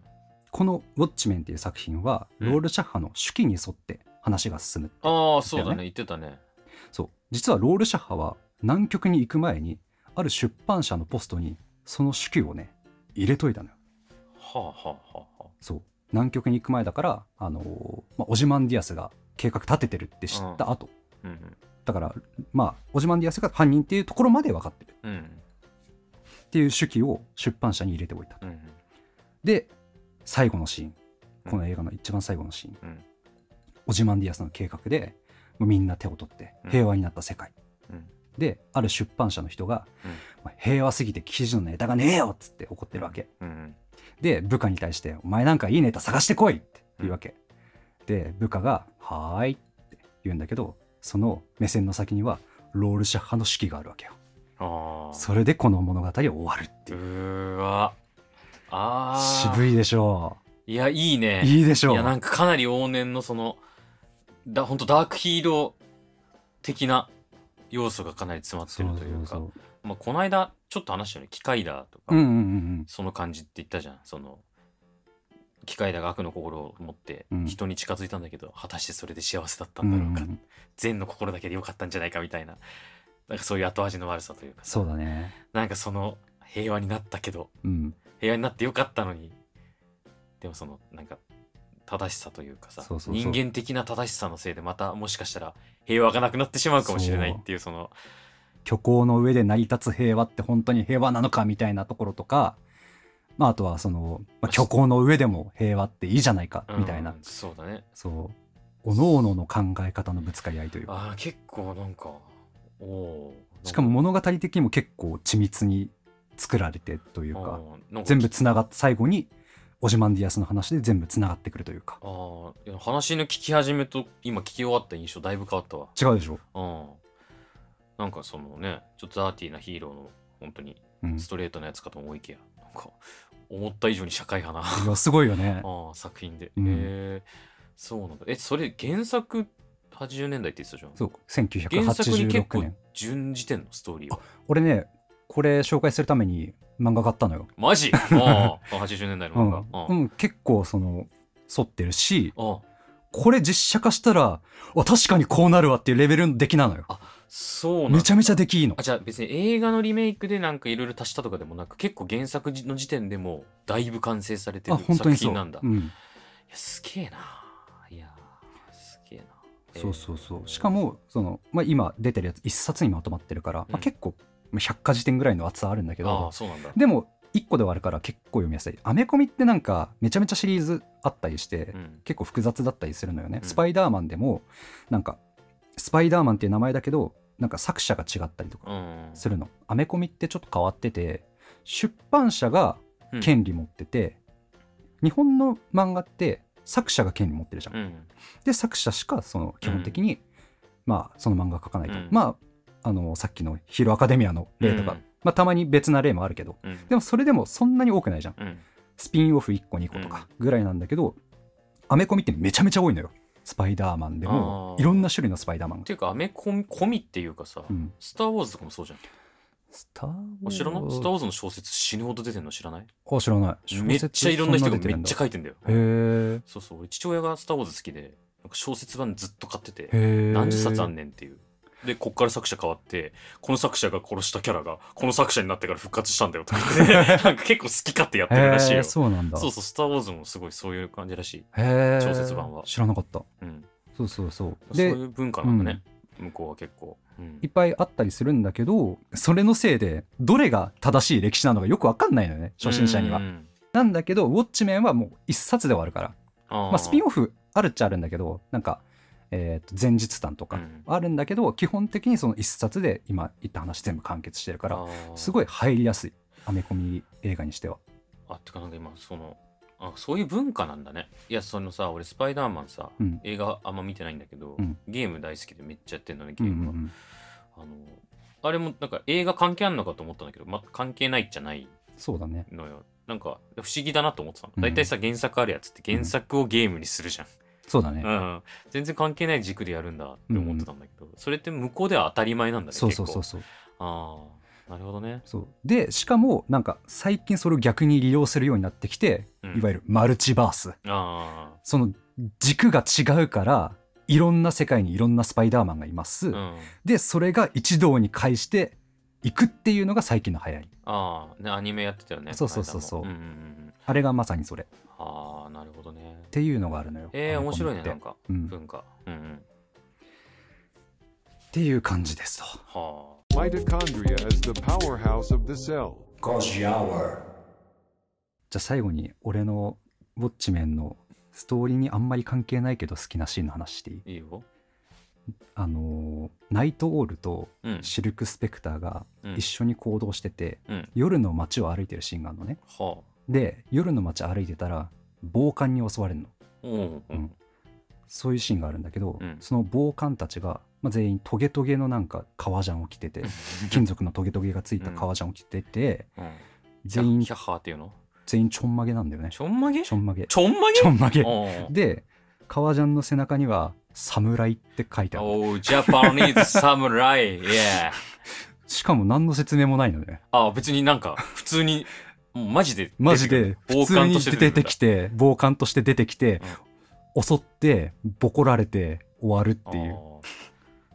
C: この「ウォッチメン」っていう作品は
A: うん
C: ロールシャッハの手記に沿って話が進む
A: ああそうだね
C: だ
A: 言ってたね
C: そう実はロールシャッハは南極に行く前にある出版社のポストにその手記をね入れといたのよ
A: はあはあはあは
C: そう南極に行く前だからあのーまあ、オジマンディアスが計画立ててるって知った後、
A: あうん
C: だからまあオジマンディアスが犯人っていうところまで分かってる
A: うんうん
C: っていう手記を出版社に入れておいた
A: うんうん
C: で最後のシーン
A: うん
C: この映画の一番最後のシーン、
A: うん
C: オジマンディアスの計画でもうみんな手を取って
A: うん
C: 平和になった世界、
A: うん
C: である出版社の人が、
A: うん
C: まあ平和すぎて記事のネタがねえよっつって怒ってるわけ、
A: うん
C: で部下に対して「お前なんかいいネタ探してこい!」って言うわけ、で部下が「はーい」って言うんだけどその目線の先にはロールシャッハの手記があるわけよ
A: ああ
C: それでこの物語は終わるって
A: う
C: いう
A: ーわああ
C: 渋いでしょ
A: いやいいうね
C: いいでしょ
A: いうやなんかかなり往年のそのだ本当ダークヒーロー的な要素がかなり詰まって
C: そう
A: る
C: そ
A: という
C: う
A: か
C: そう
A: まあ、この間ちょっと話したよね機械だとか、
C: うんうんうん
A: その感じって言ったじゃんその機械だが悪の心を持って
C: うん
A: 人に近づいたんだけど、果たしてそれで幸せだった
C: うんんう
A: だ
C: ん
A: ろう
C: う
A: か、
C: ん
A: 善の心だけでよかったんじゃないかみたいななんかそういう後味の悪さというか
C: そうだね
A: なんかその平和になったけど
C: うん
A: 平和になってよかったのにでもそのなんか正しさというかさ
C: そうそうそう
A: 人間的な正しさのせいでまたもしかしたら平和がなくなってしまうかもしれないっていうその
C: 虚構の上で成り立つ平和って本当に平和なのかみたいなところとか、まあ、あとはその、まあ、虚構の上でも平和っていいじゃないかみたいな、
A: うんそうだね
C: そうおのおのの考え方のぶつかり合いというか
A: あー結構なんかおおー
C: しかも物語的にも結構緻密に作られてというか
A: あーなんか
C: 全部つながって最後にオジマンディアスの話で全部つながってくるというか
A: あーいや話の聞き始めと今聞き終わった印象だいぶ変わったわ
C: 違うでしょ、
A: うんなんかそのねちょっとダーティーなヒーローの本当に
C: うん、い
A: ストレートなやつかと思いきやなんか思った以上に社会派な
C: やすごいよね
A: ああ作品で、
C: うん
A: へえそうなんだえそれ原作80年代って言ってたじゃん
C: そう
A: 原作に結
C: 1986
A: 構
C: 年
A: 順じてんのストーリーは
C: 俺ねこれ紹介するために漫画買ったのよ
A: マ ジああ80年代の
C: う
A: 漫
C: ん
A: 画、
C: う
A: あ
C: ん、結構その沿ってるし
A: ああ
C: これ実写化したらあ確かにこうなるわっていうレベルの出来なのよ
A: あそうなんだ
C: めちゃめちゃ出来いいの
A: あじゃあ別に映画のリメイクでなんかいろいろ足したとかでもなく結構原作の時点でもうだいぶ完成されて
C: あ
A: る
C: 本当
A: 作
C: にそう
A: 品なんだ
C: う、ん、
A: いやすげえないやすげえな
C: そうそうそうしか、もその、まあ、今出てるやつ一冊にまとまってるから、
A: う
C: まあ、
A: ん
C: 結構まあ百科事典ぐらいの厚さあるんだ
A: え
C: け
A: ーあ
C: ど
A: あそうなんだ
C: でも一個ではあるから結構読みやすいアメコミってなんかめちゃめちゃシリーズあったりして、
A: うん
C: 結構複雑だったりするのよね、
A: うん
C: スパイダーマンでもなんかスパイダーマンっていう名前だけどなんか作者が違ったりとか
A: うん
C: するのアメコミってちょっと変わってて出版社が権利持ってて、日本の漫画って作者が権利持ってるじゃん、
A: うん
C: で作者しかその基本的に、まあその漫画描かないと、
A: うん
C: まああのさっきのヒーローアカデミアの例とか、
A: うん
C: まあたまに別な例もあるけど
A: うん
C: でもそれでもそんなに多くないじゃん
A: うん
C: スピンオフ1個2個とかぐらいなんだけど、アメコミってめちゃめちゃ多いのよスパイダーマンでも
A: あー
C: いろんな種類のスパイダーマン
A: っ
C: が
A: ていうかアメコミ込みっていうかさ、
C: うん
A: スター・ウォーズとかもそうじゃん
C: スター・ウォ
A: あ
C: ー
A: 知らないスター・ウォーズの小説死ぬほど出てんの知らない
C: あ知らない小説
A: めっちゃいろんな人が
C: そ出て
A: め
C: る
A: っちゃ
C: だ
A: 書いてんだよ
C: へー
A: そうそう俺父親が「スター・ウォーズ」好きでなんか小説版ずっと買ってて
C: へー
A: 何十冊あんねんっていうでこっから作者変わってこの作者が殺したキャラがこの作者になってから復活したんだよとか言って なんか結構好き勝手やってるらしい
C: へ
A: よ
C: ー
A: そ
C: そうなんだ
A: うそう「スター・ウォーズ」もすごいそういう感じらしい、
C: へー
A: 小説版は
C: 知らなかった
A: うん、
C: そうそうそう
A: そうい
C: で
A: う文化なんだね、向こうは結構、うん
C: いっぱいあったりするんだけどそれのせいでどれが正しい歴史なのかよくわかんないのよね初心者には
A: うん
C: なんだけどウォッチメンはもう一冊で終わるから
A: あ
C: まあ、スピン
A: オ
C: オフあるっちゃあるんだけどなんか、えーと前日談とか
A: うん
C: あるんだけど、基本的にその一冊で今言った話全部完結してるからすご
A: い
C: い入りやすいアメコミ映画にしては。
A: あってかなんか今そのあそういう文化なんだねいやそのさ俺スパイダーマンさ、
C: うん
A: 映画あんま見てないんだけど、
C: うん
A: ゲーム大好きでめっちゃやってんのね
C: う
A: ゲ
C: ん
A: ー
C: う
A: ムは、
C: ん
A: あのあれもなんか映画関係あんのかと思ったんだけど、ま、関係ないっちゃない
C: そうだね
A: のよなんか不思議だなと思ってたの
C: うん
A: 大体さ原作あるやつって原作をゲームにするじゃん、
C: そうだね、
A: うん全然関係ない軸でやるんだって思ってたんだけど、それって向こうでは当たり前なんだね
C: そうそうそう
A: 結
C: そう
A: 構ああなるほどね
C: そうでしかもなんか最近それを逆に利用するようになってきて、
A: うん
C: いわゆるマルチバース
A: あ
C: その軸が違うからいろんな世界にいろんなスパイダーマンがいます、
A: あうん
C: でそれが一堂に会していくっていうのが最近の流行り
A: ああねアニメやってたよね
C: そうそうそうそう
A: この間もんんうん
C: あれがまさにそれ
A: ああなるほどね
C: っていうのがあるのよ。
A: えー、
C: アメ
A: 面
C: コミ
A: 白
C: っ
A: いね
C: て
A: なんか
C: うん
A: 文化うんうん
C: っていう感じですと。
A: はあ
B: Mitochondria is the powerhouse of the cell.
C: じゃあ最後に俺のウォッチメンのストーリーにあんまり関係ないけど好きなシーンの話していい
A: いいよ
C: あのーナイトオールと
A: うん
C: シルク・スペクターが
A: うん
C: 一緒に行動してて、
A: うん
C: 夜の街を歩いてるシーンがあるのね。
A: はあ
C: で夜の街歩いてたら暴漢に襲われるの。
A: うんう
C: うんんそういうシーンがあるんだけど、
A: うん
C: その暴漢たちが、まあ、全員トゲトゲのなんか革ジャンを着てて金属のトゲトゲがついた革ジャンを着てて、
A: うん
C: 全
A: キ
C: 員
A: ャッハーっていうの
C: 全員ちょんまげなんだよね
A: ちょんまげ
C: ちょんまげ。
A: ちょんまげ
C: ちょんまげ。
A: お
C: で、革ジャンの背中には、侍って書いてある。
A: おジャパニーズサムライ、イエー。
C: しかも何の説明もないのね。
A: あ、別になんか、普通に、もうマジで、
C: マジで、普通に出てき
A: て
C: て、暴漢として出てきて、襲って、ボコられて終わるってい。
A: あ
C: う、
A: ー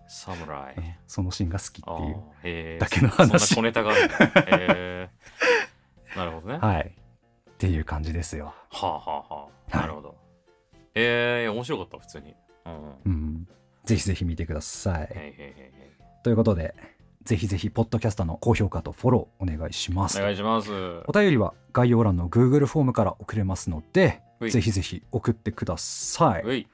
A: サムライ。
C: そのシーンが好き
A: あ
C: ってい
A: ー
C: う。
A: へー
C: だけの
A: そ
C: 話
A: んな小ネタがあるんだ。へーなるほどね。は
C: はい。っていう感じですよ。
A: あはあはあ。なるほど。ええ、面白かった、普通に。うん。へ
C: うん。ぜひぜひ見てくださ
A: ーへー
C: い。
A: へーへー
C: ということで、ぜひぜひ、ポッドキャスターの高評価とフォローお願いします
A: お。願いします。
C: お便りは概要欄の Google フォームから送れますので、
A: うい
C: ぜひぜひ送ってください。
A: うい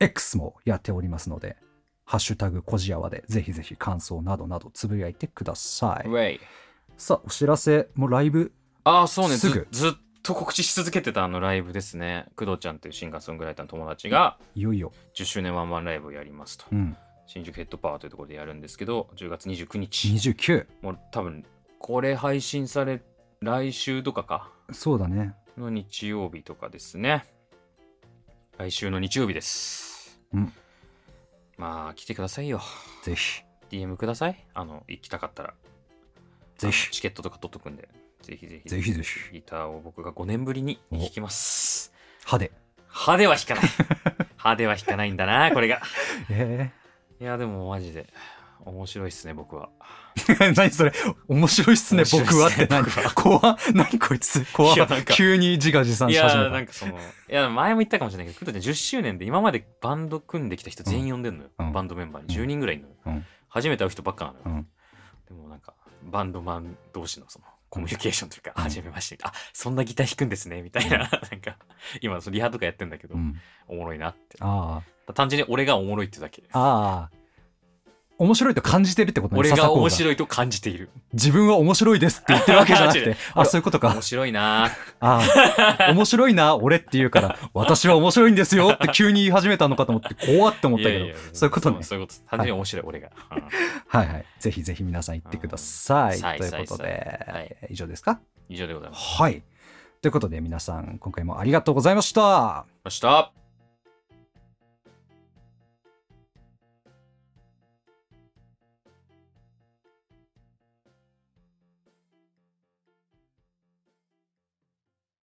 C: X もやっておりますので、ハッシュタグこじやわでぜひぜひ感想などなどつぶやいてください。
A: うい
C: さあ、お知らせもライブ、
A: ああ、そうね。
C: す
A: ず
C: ぐ
A: ずっと告知し続けてたあのライブですね。工藤ちゃんというシンガーソングライターの友達が
C: いよいよ。
A: 10周年ワンマンライブをやりますと。
C: うん。
A: 新宿ヘッドパワーというところでやるんですけど、10月29日。
C: 29。
A: もう多分、これ配信され、来週とかか。
C: そうだね。
A: の日曜日とかですね。来週の日曜日です。
C: うん。
A: まあ、来てくださいよ。
C: ぜひ。
A: DM ください。あの、行きたかったら。
C: ぜひ
A: あのチケットとか取っとくんで。ぜひぜひ。
C: ぜひぜひ。
A: ギターを僕が5年ぶりに弾きます。
C: 派手。
A: 歯では引かない歯では引かないんだなこれが
C: え
A: いやでもマジで面白いっすね僕は
C: ー、 何それ面白いっすね、
A: 面白いっすね
C: 僕はって何
A: 僕は
C: 怖っ何こいつ怖っ
A: いやなんか
C: 急に自画自賛
A: い
C: し始め
A: や
C: た。
A: なんかそのいや前も言ったかもしれないけど工藤ちゃん10周年で今までバンド組んできた人全員呼んでんのよ、
C: うん
A: バンドメンバーに
C: うん
A: 10人ぐらいいるのよ、
C: うん
A: 初めて会う人ばっかなのよ、でもなんかバンドマン同士のそのコミュニケーションというか、
C: うん
A: 初めましてあそんなギター弾くんですねみたいな、
C: うん
A: なんか今そのリハとかやってんだけど、
C: うん。うん、
A: おもろいなって
C: あ
A: 単純に俺がおもろいってだけ
C: あ。ああ。面白いと感じてるってことね。
A: 俺が面
C: い
A: 白いと感じている
C: 自分は面白いですって言ってるわけじゃなく
A: 違う違
C: て
A: う、
C: あ、そういうことか
A: 面。白いなー
C: ああ、面白いな、俺って言 うから、私は面白いんですよって急に言い始めたのかと思って、怖って思ったけど
A: いやいや、
C: そういうことね
A: そ。そういうこと。単純に面白い、俺が。うん
C: はいはい。ぜひぜひ皆さん行ってください。
A: うん
C: とい
A: さ
C: うこと
A: いさいさいは
C: で、以上ですか
A: 以上でございます。
C: はい。ということで皆さん今回もありがとうございました
A: ました